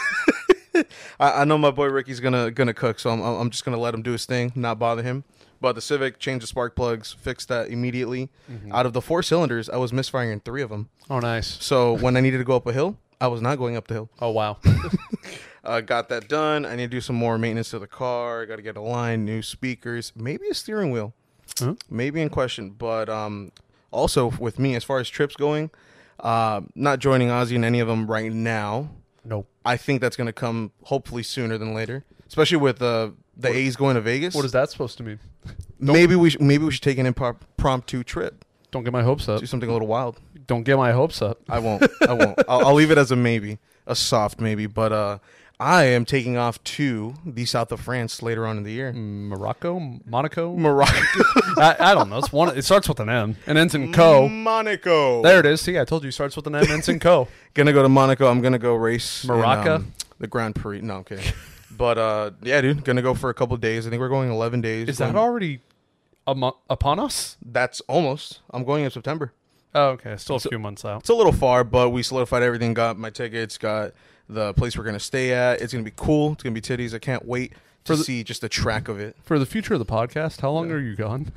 [SPEAKER 2] I, I know my boy Ricky's gonna gonna cook, so I'm I'm just gonna let him do his thing, not bother him. But the Civic changed the spark plugs, fixed that immediately. Out of the four cylinders, I was misfiring in three of them.
[SPEAKER 1] Oh, nice.
[SPEAKER 2] So when I needed to go up a hill, I was not going up the hill.
[SPEAKER 1] Oh wow.
[SPEAKER 2] Uh, got that done. I need to do some more maintenance to the car. I got to get a line, new speakers, maybe a steering wheel,
[SPEAKER 1] Huh?
[SPEAKER 2] maybe in question. But um, also with me, as far as trips going, uh, not joining Ozzy in any of them right now.
[SPEAKER 1] no.
[SPEAKER 2] I think that's going to come hopefully sooner than later, especially with uh, the A's going to Vegas.
[SPEAKER 1] What is that supposed to mean?
[SPEAKER 2] maybe we should, maybe we should take an improm- impromptu trip,
[SPEAKER 1] Don't get my hopes up.
[SPEAKER 2] do something a little wild.
[SPEAKER 1] Don't get my hopes up.
[SPEAKER 2] I won't. I won't. I'll, I'll leave it as a maybe, a soft maybe. But uh, I am taking off to the south of France later on in the year.
[SPEAKER 1] Morocco, Monaco.
[SPEAKER 2] Morocco,
[SPEAKER 1] I, I don't know. It's one. It starts with an M and ends in co.
[SPEAKER 2] Monaco.
[SPEAKER 1] There it is. See, I told you. it Starts with an M, ends in co.
[SPEAKER 2] Gonna go to Monaco. I'm gonna go race in,
[SPEAKER 1] Morocco?
[SPEAKER 2] um, the Grand Prix. No, I'm kidding. but uh, yeah, dude, gonna go for a couple days. I think we're going 11 days.
[SPEAKER 1] Is that
[SPEAKER 2] Going-
[SPEAKER 1] already amo- upon us?
[SPEAKER 2] That's almost. I'm going in September.
[SPEAKER 1] Oh, okay. Still a few months out.
[SPEAKER 2] It's a little far, but we solidified everything. Got my tickets. Got the place we're gonna stay at. It's gonna be cool. It's gonna be titties. I can't wait to
[SPEAKER 1] For the-
[SPEAKER 2] see just the track of it.
[SPEAKER 1] For the future of the podcast, how long are you gone?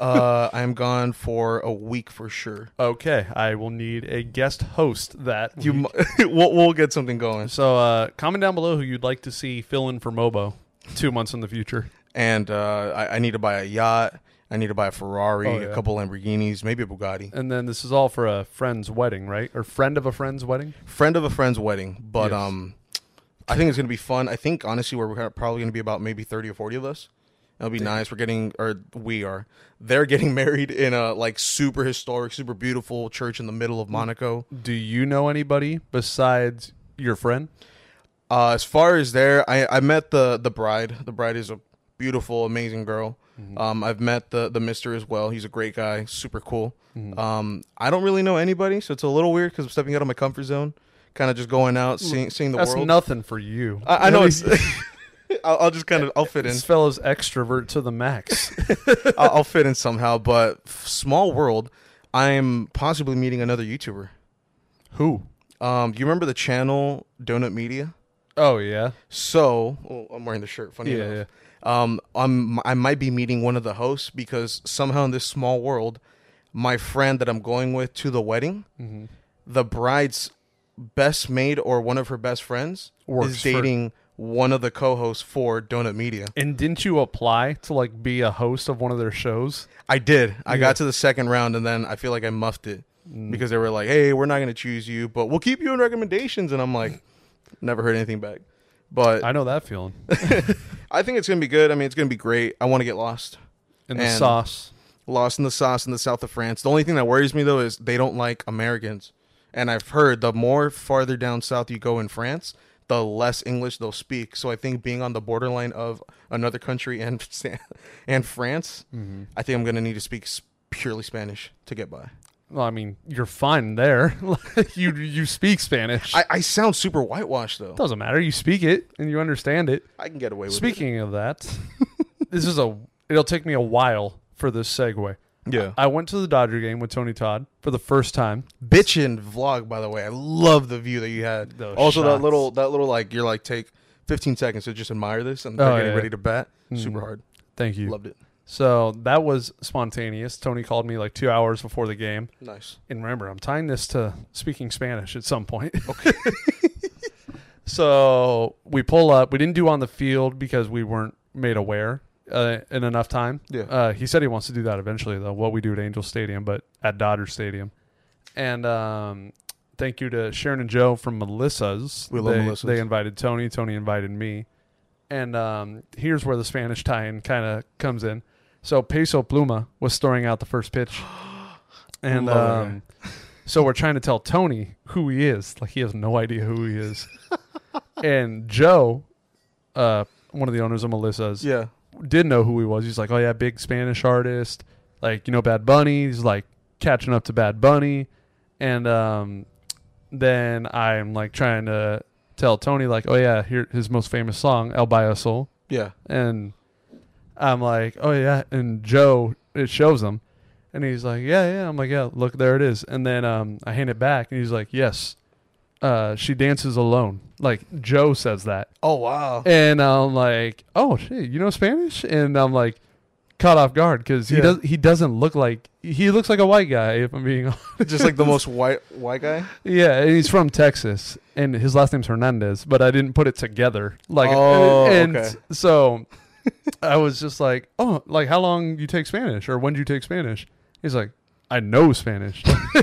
[SPEAKER 2] uh, I'm gone for a week for sure.
[SPEAKER 1] okay, I will need a guest host that
[SPEAKER 2] You,
[SPEAKER 1] week.
[SPEAKER 2] mu- we'll, we'll get something going.
[SPEAKER 1] So, uh, comment down below who you'd like to see fill in for Mobo two months in the future.
[SPEAKER 2] And uh, I, I need to buy a yacht. I need to buy a Ferrari,
[SPEAKER 1] Oh, yeah.
[SPEAKER 2] a couple Lamborghinis, maybe a Bugatti.
[SPEAKER 1] And then this is all for a friend's wedding, right? Or friend of a friend's wedding?
[SPEAKER 2] Friend of a friend's wedding, but
[SPEAKER 1] Yes.
[SPEAKER 2] um, I think it's gonna be fun. I think honestly, we're gonna- probably gonna be about maybe thirty or forty of us. It'll be nice. We're getting, or we are. They're getting married in a like super historic, super beautiful church in the middle
[SPEAKER 1] Mm.
[SPEAKER 2] of Monaco.
[SPEAKER 1] Do you know anybody besides your friend?
[SPEAKER 2] Uh, as far as there, I, I met the the bride. The bride is a beautiful, amazing girl.
[SPEAKER 1] Mm-hmm.
[SPEAKER 2] Um, I've met the the mister as well. He's a great guy, super cool.
[SPEAKER 1] Mm-hmm.
[SPEAKER 2] Um, I don't really know anybody, so it's a little weird because I'm stepping out of my comfort zone, kind of just going out, seeing seeing the
[SPEAKER 1] That's
[SPEAKER 2] world.
[SPEAKER 1] nothing for you.
[SPEAKER 2] I, I know it's. I'll, I'll just kind of I'll fit in.
[SPEAKER 1] this fellow's extrovert to the max.
[SPEAKER 2] I'll, I'll fit in somehow, but f- small world. I'm possibly meeting another YouTuber.
[SPEAKER 1] Who?
[SPEAKER 2] Um, do you remember the channel Donut Media?
[SPEAKER 1] Oh yeah.
[SPEAKER 2] So well, I'm wearing the shirt. Funny
[SPEAKER 1] Yeah,
[SPEAKER 2] enough, um, I'm I might be meeting one of the hosts because somehow in this small world, my friend that I'm going with to the wedding,
[SPEAKER 1] Mm-hmm.
[SPEAKER 2] the bride's best maid or one of her best friends
[SPEAKER 1] Works
[SPEAKER 2] is
[SPEAKER 1] for-
[SPEAKER 2] dating one of the co-hosts for Donut Media.
[SPEAKER 1] And didn't you apply to like be a host of one of their shows?
[SPEAKER 2] I did. I got to the second round, and then I feel like I muffed it because they were like, "Hey, we're not going to choose you, but we'll keep you in recommendations." And I'm like, never heard anything back. But I,
[SPEAKER 1] I know that feeling.
[SPEAKER 2] think it's going to be good. I mean, it's going to be great. I want to get lost,
[SPEAKER 1] In the
[SPEAKER 2] And-
[SPEAKER 1] sauce.
[SPEAKER 2] lost in the sauce in the south of France. The only thing that worries me though is they don't like Americans. And I've heard the more farther down south you go in France, the less English they'll speak. So I think being on the borderline of another country and and France, I think I'm going to need to speak s- purely Spanish to get by.
[SPEAKER 1] Well, I mean, you're fine there. Like, you you speak Spanish.
[SPEAKER 2] I, I sound super whitewashed though.
[SPEAKER 1] Doesn't matter. You speak it and you understand it.
[SPEAKER 2] I can get away with
[SPEAKER 1] Speaking of that, this is a. It'll take me a while for this segue.
[SPEAKER 2] it. Yeah.
[SPEAKER 1] I went to the Dodger game with Tony Todd for the first time.
[SPEAKER 2] Bitchin' vlog, by the way. I love the view that you had.
[SPEAKER 1] Those
[SPEAKER 2] also
[SPEAKER 1] shots.
[SPEAKER 2] that little that little like you're like take fifteen seconds to just admire this and
[SPEAKER 1] Oh,
[SPEAKER 2] they're getting
[SPEAKER 1] yeah. Mm.
[SPEAKER 2] ready to bat. Super hard.
[SPEAKER 1] Thank you.
[SPEAKER 2] Loved it.
[SPEAKER 1] So that was spontaneous. Tony called me like two hours before the game.
[SPEAKER 2] Nice.
[SPEAKER 1] And remember, I'm tying this to speaking Spanish at some point. Okay. so we pull up. We didn't do on the field because we weren't made aware uh, in enough time.
[SPEAKER 2] Yeah.
[SPEAKER 1] Uh, he said he wants to do that eventually, though, what we do at Angel Stadium, but at Dodger Stadium. And um, thank you to Sharon and Joe from Melissa's.
[SPEAKER 2] We love
[SPEAKER 1] they,
[SPEAKER 2] Melissa's.
[SPEAKER 1] They invited Tony. Tony invited me. And um, here's where the Spanish tie-in kind of comes in. So Peso Pluma was throwing out the first pitch, and
[SPEAKER 2] Love it.
[SPEAKER 1] um, so we're trying to tell Tony who he is. Like he has no idea who he is. and Joe, uh, one of the owners of Melissa's,
[SPEAKER 2] Yeah.
[SPEAKER 1] did know who he was. He's like, oh yeah, big Spanish artist. Like you know, Bad Bunny. He's like catching up to Bad Bunny, and um, then I'm like trying to tell Tony like, oh yeah, here his most famous song, El Sol
[SPEAKER 2] Yeah.
[SPEAKER 1] and I'm like, oh yeah, and Joe it shows him, and he's like, yeah, yeah. I'm like, yeah, look, there it is. And then um, I hand it back, and he's like, yes, uh, she dances alone. Like Joe says that,
[SPEAKER 2] Oh wow.
[SPEAKER 1] and I'm like, oh shit, you know Spanish? And I'm like, caught off guard because he
[SPEAKER 2] Yeah.
[SPEAKER 1] does he doesn't look like he looks like a white guy if I'm being honest.
[SPEAKER 2] Just like the most white white guy.
[SPEAKER 1] Yeah, and he's from Texas, and his last name's Hernandez, but I didn't put it together. Like,
[SPEAKER 2] Oh,
[SPEAKER 1] and
[SPEAKER 2] okay.
[SPEAKER 1] so I was just like, "Oh, like how long you take Spanish, or when do you take Spanish?" He's like, "I know Spanish,"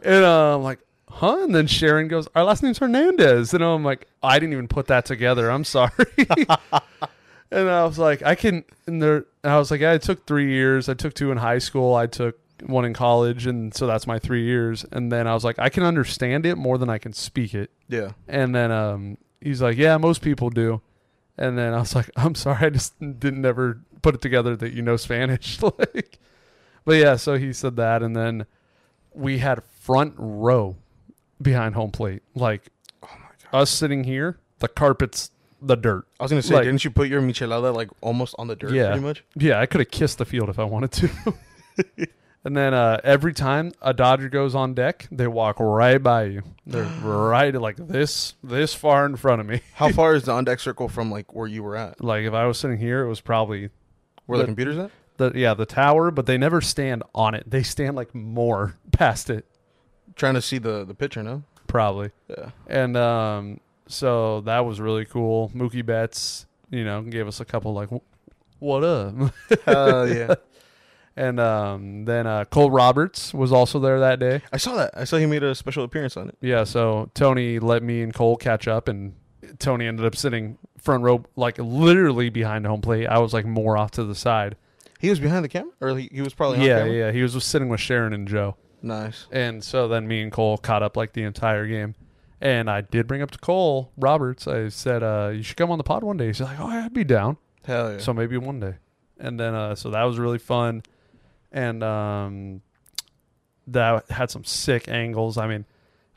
[SPEAKER 1] and uh, I'm like, "Huh?" And then Sharon goes, "Our last name's Hernandez," and I'm like, "I didn't even put that together. I'm sorry." and I was like, "I can." And there, and I was like, "I took three years. I took two in high school. I took." one in college and so that's my three years and then i was like i can understand it more than i can speak it
[SPEAKER 2] Yeah.
[SPEAKER 1] and then um, he's like, "Yeah, most people do." And then I was like, "I'm sorry, I just didn't ever put it together that you know Spanish." like, but yeah, so he said that, and then we had front row behind home plate, like
[SPEAKER 2] Oh,
[SPEAKER 1] us sitting here, the carpet's the dirt.
[SPEAKER 2] I was gonna say,
[SPEAKER 1] Like-
[SPEAKER 2] didn't you put your michelada like almost on the dirt?
[SPEAKER 1] Yeah.
[SPEAKER 2] Pretty much.
[SPEAKER 1] Yeah, I could have kissed the field if I wanted to. and then uh, every time a Dodger goes on deck, they walk right by you. They're right like this, this far in front of me.
[SPEAKER 2] How far is the on deck circle from like where you were at?
[SPEAKER 1] Like if I was sitting here, it was probably
[SPEAKER 2] Where the,
[SPEAKER 1] The-
[SPEAKER 2] computer's at?
[SPEAKER 1] the yeah the tower, but they never stand on it. They stand like more past it,
[SPEAKER 2] Trying to see the the picture, no?
[SPEAKER 1] probably.
[SPEAKER 2] Yeah.
[SPEAKER 1] And um, so that was really cool. Mookie Betts, you know, gave us a couple like, "What up?"
[SPEAKER 2] Hell yeah.
[SPEAKER 1] and um, then uh, Cole Roberts was also there that day.
[SPEAKER 2] I saw that. I saw he made a special appearance on it.
[SPEAKER 1] Yeah, so Tony let me and Cole catch up, and Tony ended up sitting front row, like literally behind home plate. I was like more off to the side.
[SPEAKER 2] He was behind the camera, or he, he was probably on
[SPEAKER 1] yeah,
[SPEAKER 2] camera?
[SPEAKER 1] yeah. He was just sitting with Sharon and Joe.
[SPEAKER 2] Nice.
[SPEAKER 1] And so then me and Cole caught up like the entire game. And I did bring up to Cole Roberts. I said, uh, you should come on the pod one day. He's like, oh, yeah, I'd be down.
[SPEAKER 2] Hell yeah.
[SPEAKER 1] So maybe one day. And then, uh, so that was really fun. And um, that had some sick angles. I mean,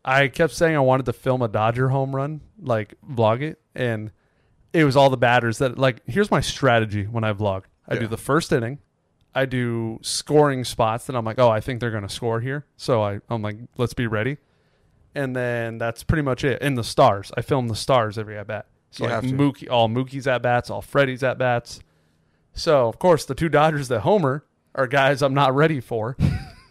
[SPEAKER 1] I kept saying I wanted to film a Dodger home run, like vlog it. And it was all the batters that, like, here's my strategy when I vlog I
[SPEAKER 2] Yeah.
[SPEAKER 1] do the first inning, I do scoring spots that I'm like, oh, I think they're going to score here. So I, I'm like, let's be ready. And then that's pretty much it. And the stars. I film the stars every at bat. So
[SPEAKER 2] You
[SPEAKER 1] like
[SPEAKER 2] have to.
[SPEAKER 1] Mookie, all Mookie's at bats, all Freddie's at bats. So of course the two Dodgers that homer are guys I'm not ready for.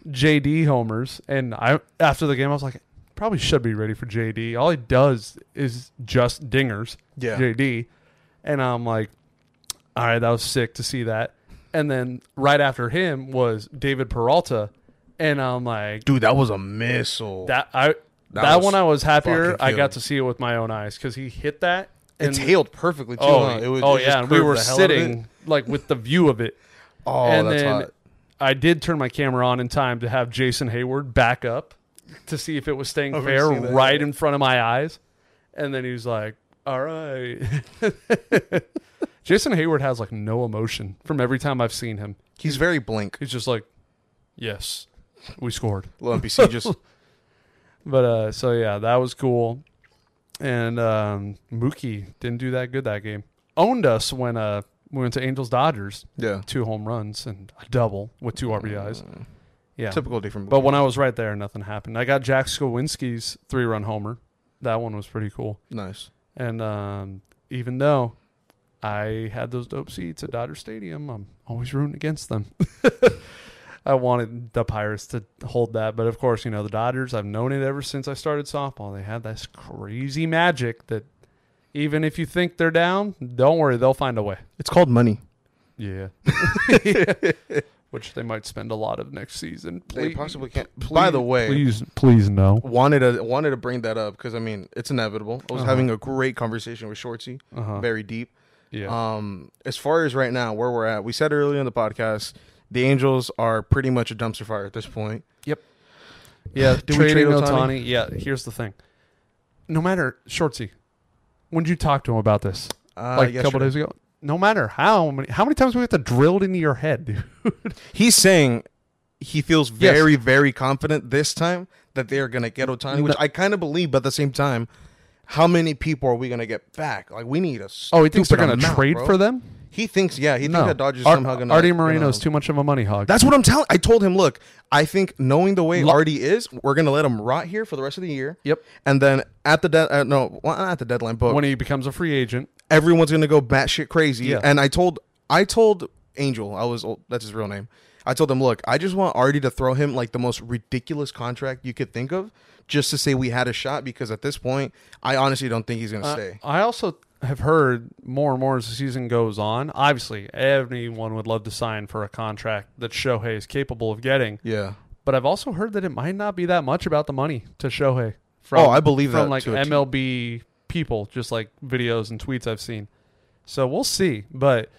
[SPEAKER 1] JD homers, and I after the game I was like, probably should be ready for JD. All he does is just dingers.
[SPEAKER 2] Yeah.
[SPEAKER 1] JD, and I'm like, all right, that was sick to see that. And then right after him was David Peralta, and I'm like,
[SPEAKER 2] Dude, that was a missile.
[SPEAKER 1] that I that,
[SPEAKER 2] was
[SPEAKER 1] one I was happier.
[SPEAKER 2] fucking
[SPEAKER 1] I got
[SPEAKER 2] huge.
[SPEAKER 1] to see it with my own eyes because he hit that.
[SPEAKER 2] it
[SPEAKER 1] And,
[SPEAKER 2] tailed perfectly too.
[SPEAKER 1] oh,
[SPEAKER 2] huh? It was-
[SPEAKER 1] oh
[SPEAKER 2] it just
[SPEAKER 1] yeah, and we
[SPEAKER 2] curved
[SPEAKER 1] were
[SPEAKER 2] the hell out of it.
[SPEAKER 1] sitting like with the view of it.
[SPEAKER 2] Oh,
[SPEAKER 1] and
[SPEAKER 2] that's
[SPEAKER 1] then
[SPEAKER 2] hot.
[SPEAKER 1] I did turn my camera on in time to have Jason Hayward back up to see if it was staying
[SPEAKER 2] Oh, we
[SPEAKER 1] fair
[SPEAKER 2] see that,
[SPEAKER 1] right
[SPEAKER 2] yeah.
[SPEAKER 1] in front of my eyes. And then he was like, All right. Jason Hayward has like no emotion from every time I've seen him.
[SPEAKER 2] He's very blink.
[SPEAKER 1] He's just like, Yes, we scored.
[SPEAKER 2] Little NPC just
[SPEAKER 1] But uh so yeah, that was cool. And um Mookie didn't do that good that game. Owned us when uh we went to Angels Dodgers,
[SPEAKER 2] yeah. Uh,
[SPEAKER 1] two home runs and a double with two RBIs. Yeah.
[SPEAKER 2] Typical different.
[SPEAKER 1] But when I was right there, nothing happened. I got Jack Skowinski's three run homer. That one was pretty cool.
[SPEAKER 2] nice.
[SPEAKER 1] And um, even though I had those dope seats at Dodger Stadium, I'm always rooting against them. I wanted the Pirates to hold that. But of course, you know, the Dodgers, I've known it ever since I started softball. They have this crazy magic that even if you think they're down, don't worry, they'll find a way.
[SPEAKER 2] It's called money.
[SPEAKER 1] Yeah. Which they might spend a lot of next season.
[SPEAKER 2] They
[SPEAKER 1] Please-
[SPEAKER 2] possibly can't. By the way,
[SPEAKER 1] please, please no.
[SPEAKER 2] wanted to wanted to bring that up because I mean it's inevitable. I was
[SPEAKER 1] Uh-huh.
[SPEAKER 2] having a great conversation with Shorty,
[SPEAKER 1] Uh-huh.
[SPEAKER 2] very deep.
[SPEAKER 1] Yeah.
[SPEAKER 2] Um, as far as right now, where we're at, we said earlier in the podcast, the Angels are pretty much a dumpster fire at this point.
[SPEAKER 1] Yeah,
[SPEAKER 2] Do we
[SPEAKER 1] trading
[SPEAKER 2] trade
[SPEAKER 1] Otani. Yeah, here's the thing. No matter Shortsy, when did you talk to him about this?
[SPEAKER 2] Uh,
[SPEAKER 1] like a couple
[SPEAKER 2] yesterday.
[SPEAKER 1] days ago. No matter how many how many times we have to drill it into your head, dude.
[SPEAKER 2] he's saying he feels
[SPEAKER 1] Yes.
[SPEAKER 2] very, very confident this time that they are going to get Otani, which
[SPEAKER 1] No.
[SPEAKER 2] I kind of believe. But at the same time, how many people are we going to get back? Like we need a
[SPEAKER 1] Oh, he thinks they're
[SPEAKER 2] going
[SPEAKER 1] gonna
[SPEAKER 2] to
[SPEAKER 1] trade for them?
[SPEAKER 2] He thinks, yeah, he
[SPEAKER 1] no,
[SPEAKER 2] thinks that Dodgers
[SPEAKER 1] Ar-
[SPEAKER 2] somehow going to
[SPEAKER 1] Artie Moreno's too much of a money hog.
[SPEAKER 2] That's what I'm telling. I told him, look, I think knowing the way
[SPEAKER 1] Lo-
[SPEAKER 2] Artie is, we're gonna let him rot here for the rest of the year.
[SPEAKER 1] Yep.
[SPEAKER 2] And then at the de- uh, no, well, not at the deadline, but
[SPEAKER 1] when he becomes a free agent.
[SPEAKER 2] everyone's gonna go batshit crazy.
[SPEAKER 1] Yeah.
[SPEAKER 2] And I told, I told Angel, I was old, that's his real name. I told him, look, I just want Artie to throw him like the most ridiculous contract you could think of, just to say we had a shot. Because at this point, I honestly don't think he's
[SPEAKER 1] Uh,
[SPEAKER 2] gonna stay.
[SPEAKER 1] I also have heard more and more as the season goes on. Obviously, everyone would love to sign for a contract that Shohei is capable of getting.
[SPEAKER 2] Yeah.
[SPEAKER 1] But I've also heard that it might not be that much about the money to Shohei. From,
[SPEAKER 2] Oh, I believe
[SPEAKER 1] from
[SPEAKER 2] that
[SPEAKER 1] like
[SPEAKER 2] to a T.
[SPEAKER 1] MLB people, just like videos and tweets I've seen. So we'll see. But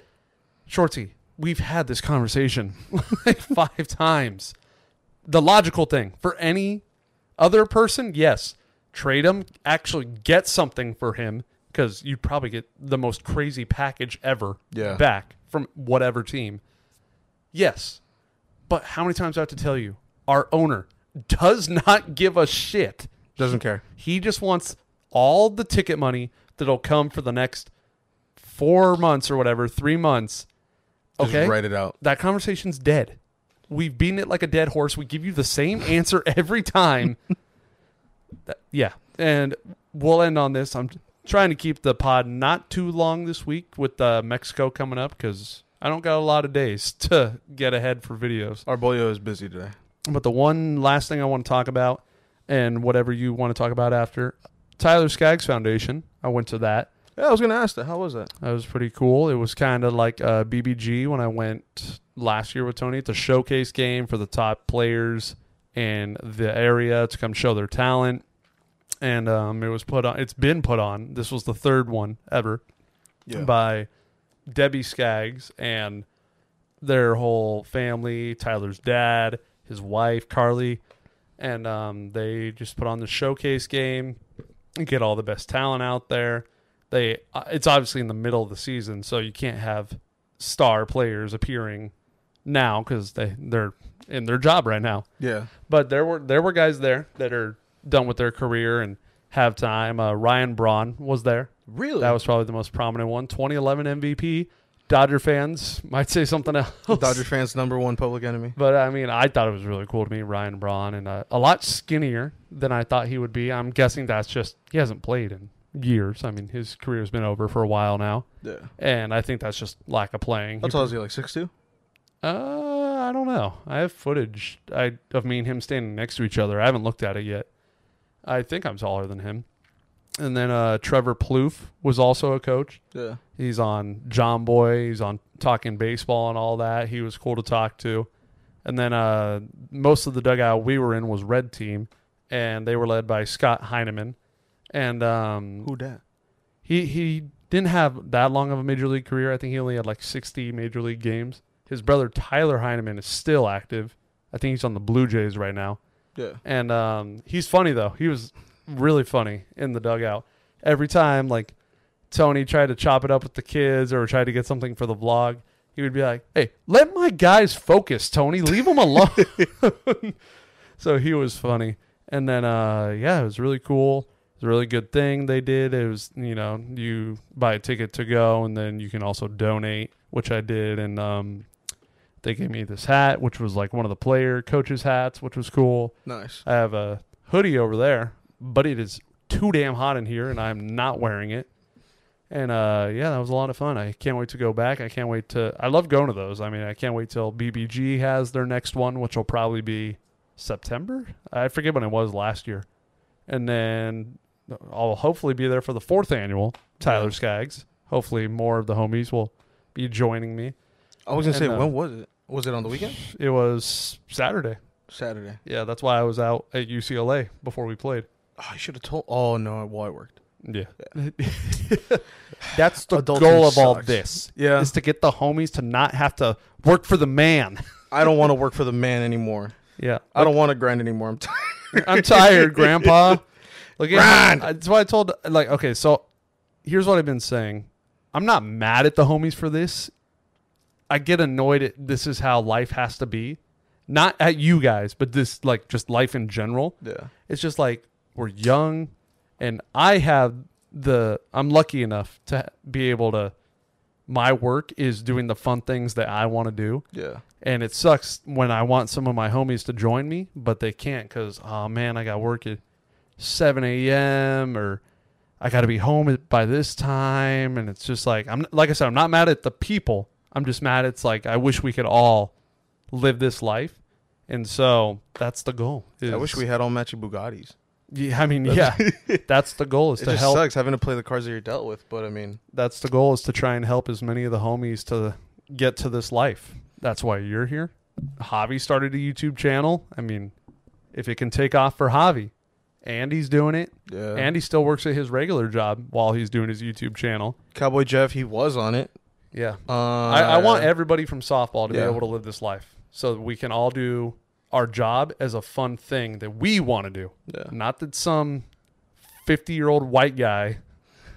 [SPEAKER 1] Shorty, we've had this conversation like five times. The logical thing for any other person, yes, trade him. Actually, get something for him because you'd probably get the most crazy package ever
[SPEAKER 2] Yeah.
[SPEAKER 1] back from whatever team. Yes, but how many times do I have to tell you? Our owner does not give a shit.
[SPEAKER 2] Doesn't care.
[SPEAKER 1] He just wants all the ticket money that'll come for the next four months or whatever, three months.
[SPEAKER 2] Just
[SPEAKER 1] Okay.
[SPEAKER 2] write it out.
[SPEAKER 1] That conversation's dead. We've beaten it like a dead horse. We give you the same answer every time. That- yeah. And we'll end on this. I'm trying to keep the pod not too long this week with uh, Mexico coming up because I don't got a lot of days to get ahead for videos.
[SPEAKER 2] Arbolio is busy today.
[SPEAKER 1] But the one last thing I want to talk about, and whatever you want to talk about after, Tyler Skaggs Foundation. I went to that.
[SPEAKER 2] Yeah, I was gonna ask that. How was that?
[SPEAKER 1] That was pretty cool. It was kind of like uh, BBG when I went last year with Tony. It's a showcase game for the top players in the area to come show their talent. and um, it was put on. It's been put on. This was the third one ever
[SPEAKER 2] Yeah.
[SPEAKER 1] by Debbie Skaggs and their whole family, Tyler's dad, his wife, Carly, and um, they just put on the showcase game and get all the best talent out there. They uh, it's obviously in the middle of the season, so you can't have star players appearing now because they they're in their job right now.
[SPEAKER 2] Yeah.
[SPEAKER 1] But there were there were guys there that are done with their career and have time. Uh, Ryan Braun was there.
[SPEAKER 2] Really?
[SPEAKER 1] That was probably the most prominent one. 2011 MVP. Dodger fans might say something else.
[SPEAKER 2] Dodger fans' number one public enemy.
[SPEAKER 1] But I mean, I thought it was really cool to meet Ryan Braun and uh, a lot skinnier than I thought he would be. I'm guessing that's just he hasn't played in years. I mean, his career's been over for a while now,
[SPEAKER 2] Yeah.
[SPEAKER 1] and I think that's just lack of playing.
[SPEAKER 2] How
[SPEAKER 1] He-
[SPEAKER 2] tall is he? Like six two?
[SPEAKER 1] uh, I don't know. I have footage I, of me and him standing next to each other. I haven't looked at it yet. I think I'm taller than him. And then uh, Trevor Plouffe was also a coach.
[SPEAKER 2] Yeah.
[SPEAKER 1] He's on John Boy. He's on Talking Baseball and all that. He was cool to talk to. And then uh, most of the dugout we were in was Red Team, and they were led by Scott Heineman. And um,
[SPEAKER 2] Who dat?
[SPEAKER 1] he he didn't have that long of a major league career. I think he only had like 60 major league games. His brother Tyler Heineman is still active. I think he's on the Blue Jays right now.
[SPEAKER 2] Yeah.
[SPEAKER 1] And um, he's funny though. He was really funny in the dugout. Every time like Tony tried to chop it up with the kids or tried to get something for the vlog, he would be like, "Hey, let my guys focus, Tony. Leave them alone." so he was funny. And then uh, yeah, it was really cool. It was a really good thing they did. It was you know you buy a ticket to go, and then you can also donate, which I did, and um. They gave me this hat, which was like one of the player coaches' hats, which was cool.
[SPEAKER 2] Nice.
[SPEAKER 1] I have a hoodie over there, but it is too damn hot in here, and I'm not wearing it. And uh, yeah, that was a lot of fun. I can't wait to go back. I can't wait to. I love going to those. I mean, I can't wait till BBG has their next one, which will probably be September. I forget when it was last year. And then I'll hopefully be there for the fourth annual Tyler Skaggs. Hopefully, more of the homies will be joining me.
[SPEAKER 2] I was gonna say
[SPEAKER 1] And, uh,
[SPEAKER 2] when was it? Was it on the weekend?
[SPEAKER 1] It was Saturday.
[SPEAKER 2] Saturday.
[SPEAKER 1] Yeah, that's why I was out at UCLA before we played.
[SPEAKER 2] Oh, I should have told. Oh no, well, I worked.
[SPEAKER 1] Yeah. That's the
[SPEAKER 2] Adulting
[SPEAKER 1] goal of all
[SPEAKER 2] sucks.
[SPEAKER 1] this.
[SPEAKER 2] Yeah.
[SPEAKER 1] Is to get the homies to not have to work for the man.
[SPEAKER 2] I don't want to work for the man anymore.
[SPEAKER 1] Yeah.
[SPEAKER 2] I don't want to grind anymore. I'm tired.
[SPEAKER 1] I'm tired, grandpa. Look at
[SPEAKER 2] Grind.
[SPEAKER 1] That's why I told like okay, so here's what I've been saying. I'm not mad at the homies for this. I get annoyed at this is how life has to be. Not at you guys, but this like just life in general.
[SPEAKER 2] Yeah.
[SPEAKER 1] It's just like we're young, and I have the I'm lucky enough to be able to. My work is doing the fun things that I want to do,
[SPEAKER 2] Yeah.
[SPEAKER 1] and it sucks when I want some of my homies to join me, but they can't because oh man, I got work at 7 a.m. or I got to be home at- by this time, and it's just like I'm like I said, I'm not mad at the people. I'm just mad. It's like I wish we could all live this life, and so that's the goal.
[SPEAKER 2] I
[SPEAKER 1] is-
[SPEAKER 2] wish we had all matching Bugattis.
[SPEAKER 1] yeah, I mean, yeah, that's the goal is
[SPEAKER 2] It
[SPEAKER 1] to
[SPEAKER 2] just
[SPEAKER 1] help.
[SPEAKER 2] sucks having to play the cards that you're dealt with, but I mean,
[SPEAKER 1] That's the goal is to try and help as many of the homies to get to this life. That's why you're here. Javi started a YouTube channel. I mean, if it can take off for Javi, Andy's doing it.
[SPEAKER 2] yeah.
[SPEAKER 1] Andy still works at his regular job while he's doing his YouTube channel.
[SPEAKER 2] Cowboy Jeff, he was on it.
[SPEAKER 1] Yeah,
[SPEAKER 2] Uh,
[SPEAKER 1] I, I want everybody from softball to
[SPEAKER 2] yeah.
[SPEAKER 1] be able to live this life, so that we can all do our job as a fun thing that we want to do.
[SPEAKER 2] Yeah.
[SPEAKER 1] Not that some 50 year old white guy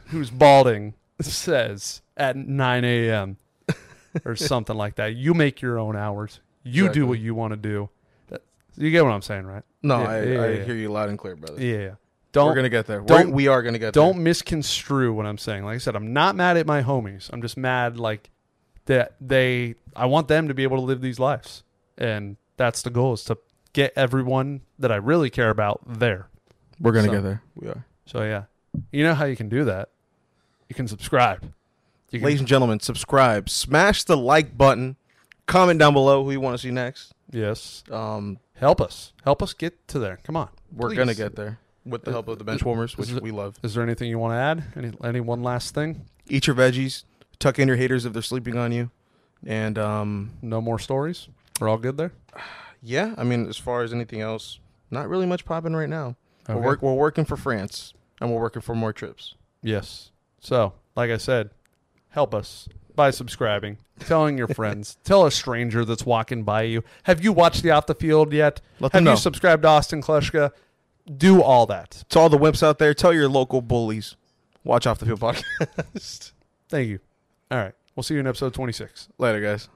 [SPEAKER 1] who's balding says at 9 a.m. or something like that. You make your own hours, you
[SPEAKER 2] Exactly.
[SPEAKER 1] do what you want to do. That, you get what I'm saying, right?
[SPEAKER 2] No,
[SPEAKER 1] Yeah,
[SPEAKER 2] I,
[SPEAKER 1] yeah,
[SPEAKER 2] I
[SPEAKER 1] yeah.
[SPEAKER 2] hear you loud and clear, brother.
[SPEAKER 1] Yeah.
[SPEAKER 2] We're
[SPEAKER 1] Don't
[SPEAKER 2] gonna get there.
[SPEAKER 1] don't-
[SPEAKER 2] We're, we are gonna get
[SPEAKER 1] don't misconstrue what I'm saying. Like I said, I'm not mad at my homies. I'm just mad like that they I want them to be able to live these lives. And that's the goal is to get everyone that I really care about there.
[SPEAKER 2] there. We're gonna
[SPEAKER 1] so-
[SPEAKER 2] get there. We are.
[SPEAKER 1] So yeah. You know how you can do that? You can subscribe. You can,
[SPEAKER 2] Ladies and gentlemen, subscribe, smash the like button, comment down below who you want to see next.
[SPEAKER 1] yes.
[SPEAKER 2] Um,
[SPEAKER 1] Help us. Help us get to there. Come on.
[SPEAKER 2] we're
[SPEAKER 1] Please.
[SPEAKER 2] gonna get there with the help of the bench warmers, which
[SPEAKER 1] is it-
[SPEAKER 2] we love.
[SPEAKER 1] Is there anything you want to add? Any any one last thing?
[SPEAKER 2] Eat your veggies. Tuck in your haters if they're sleeping on you. And um,
[SPEAKER 1] No more stories? We're all good there?
[SPEAKER 2] yeah, I mean, as far as anything else, not really much popping right now. We're,
[SPEAKER 1] Okay.
[SPEAKER 2] work, we're working for France, and we're working for more trips.
[SPEAKER 1] Yes. So, like I said, help us by subscribing, telling your friends, tell a stranger that's walking by you. Have you watched the Off the Field yet?
[SPEAKER 2] Let them
[SPEAKER 1] Have
[SPEAKER 2] know.
[SPEAKER 1] you subscribed to Austin Kleschka? Do all that.
[SPEAKER 2] To all the wimps out there, tell your local bullies. Watch off the field podcast.
[SPEAKER 1] Thank you. All right. We'll see you in episode 26.
[SPEAKER 2] Later, guys.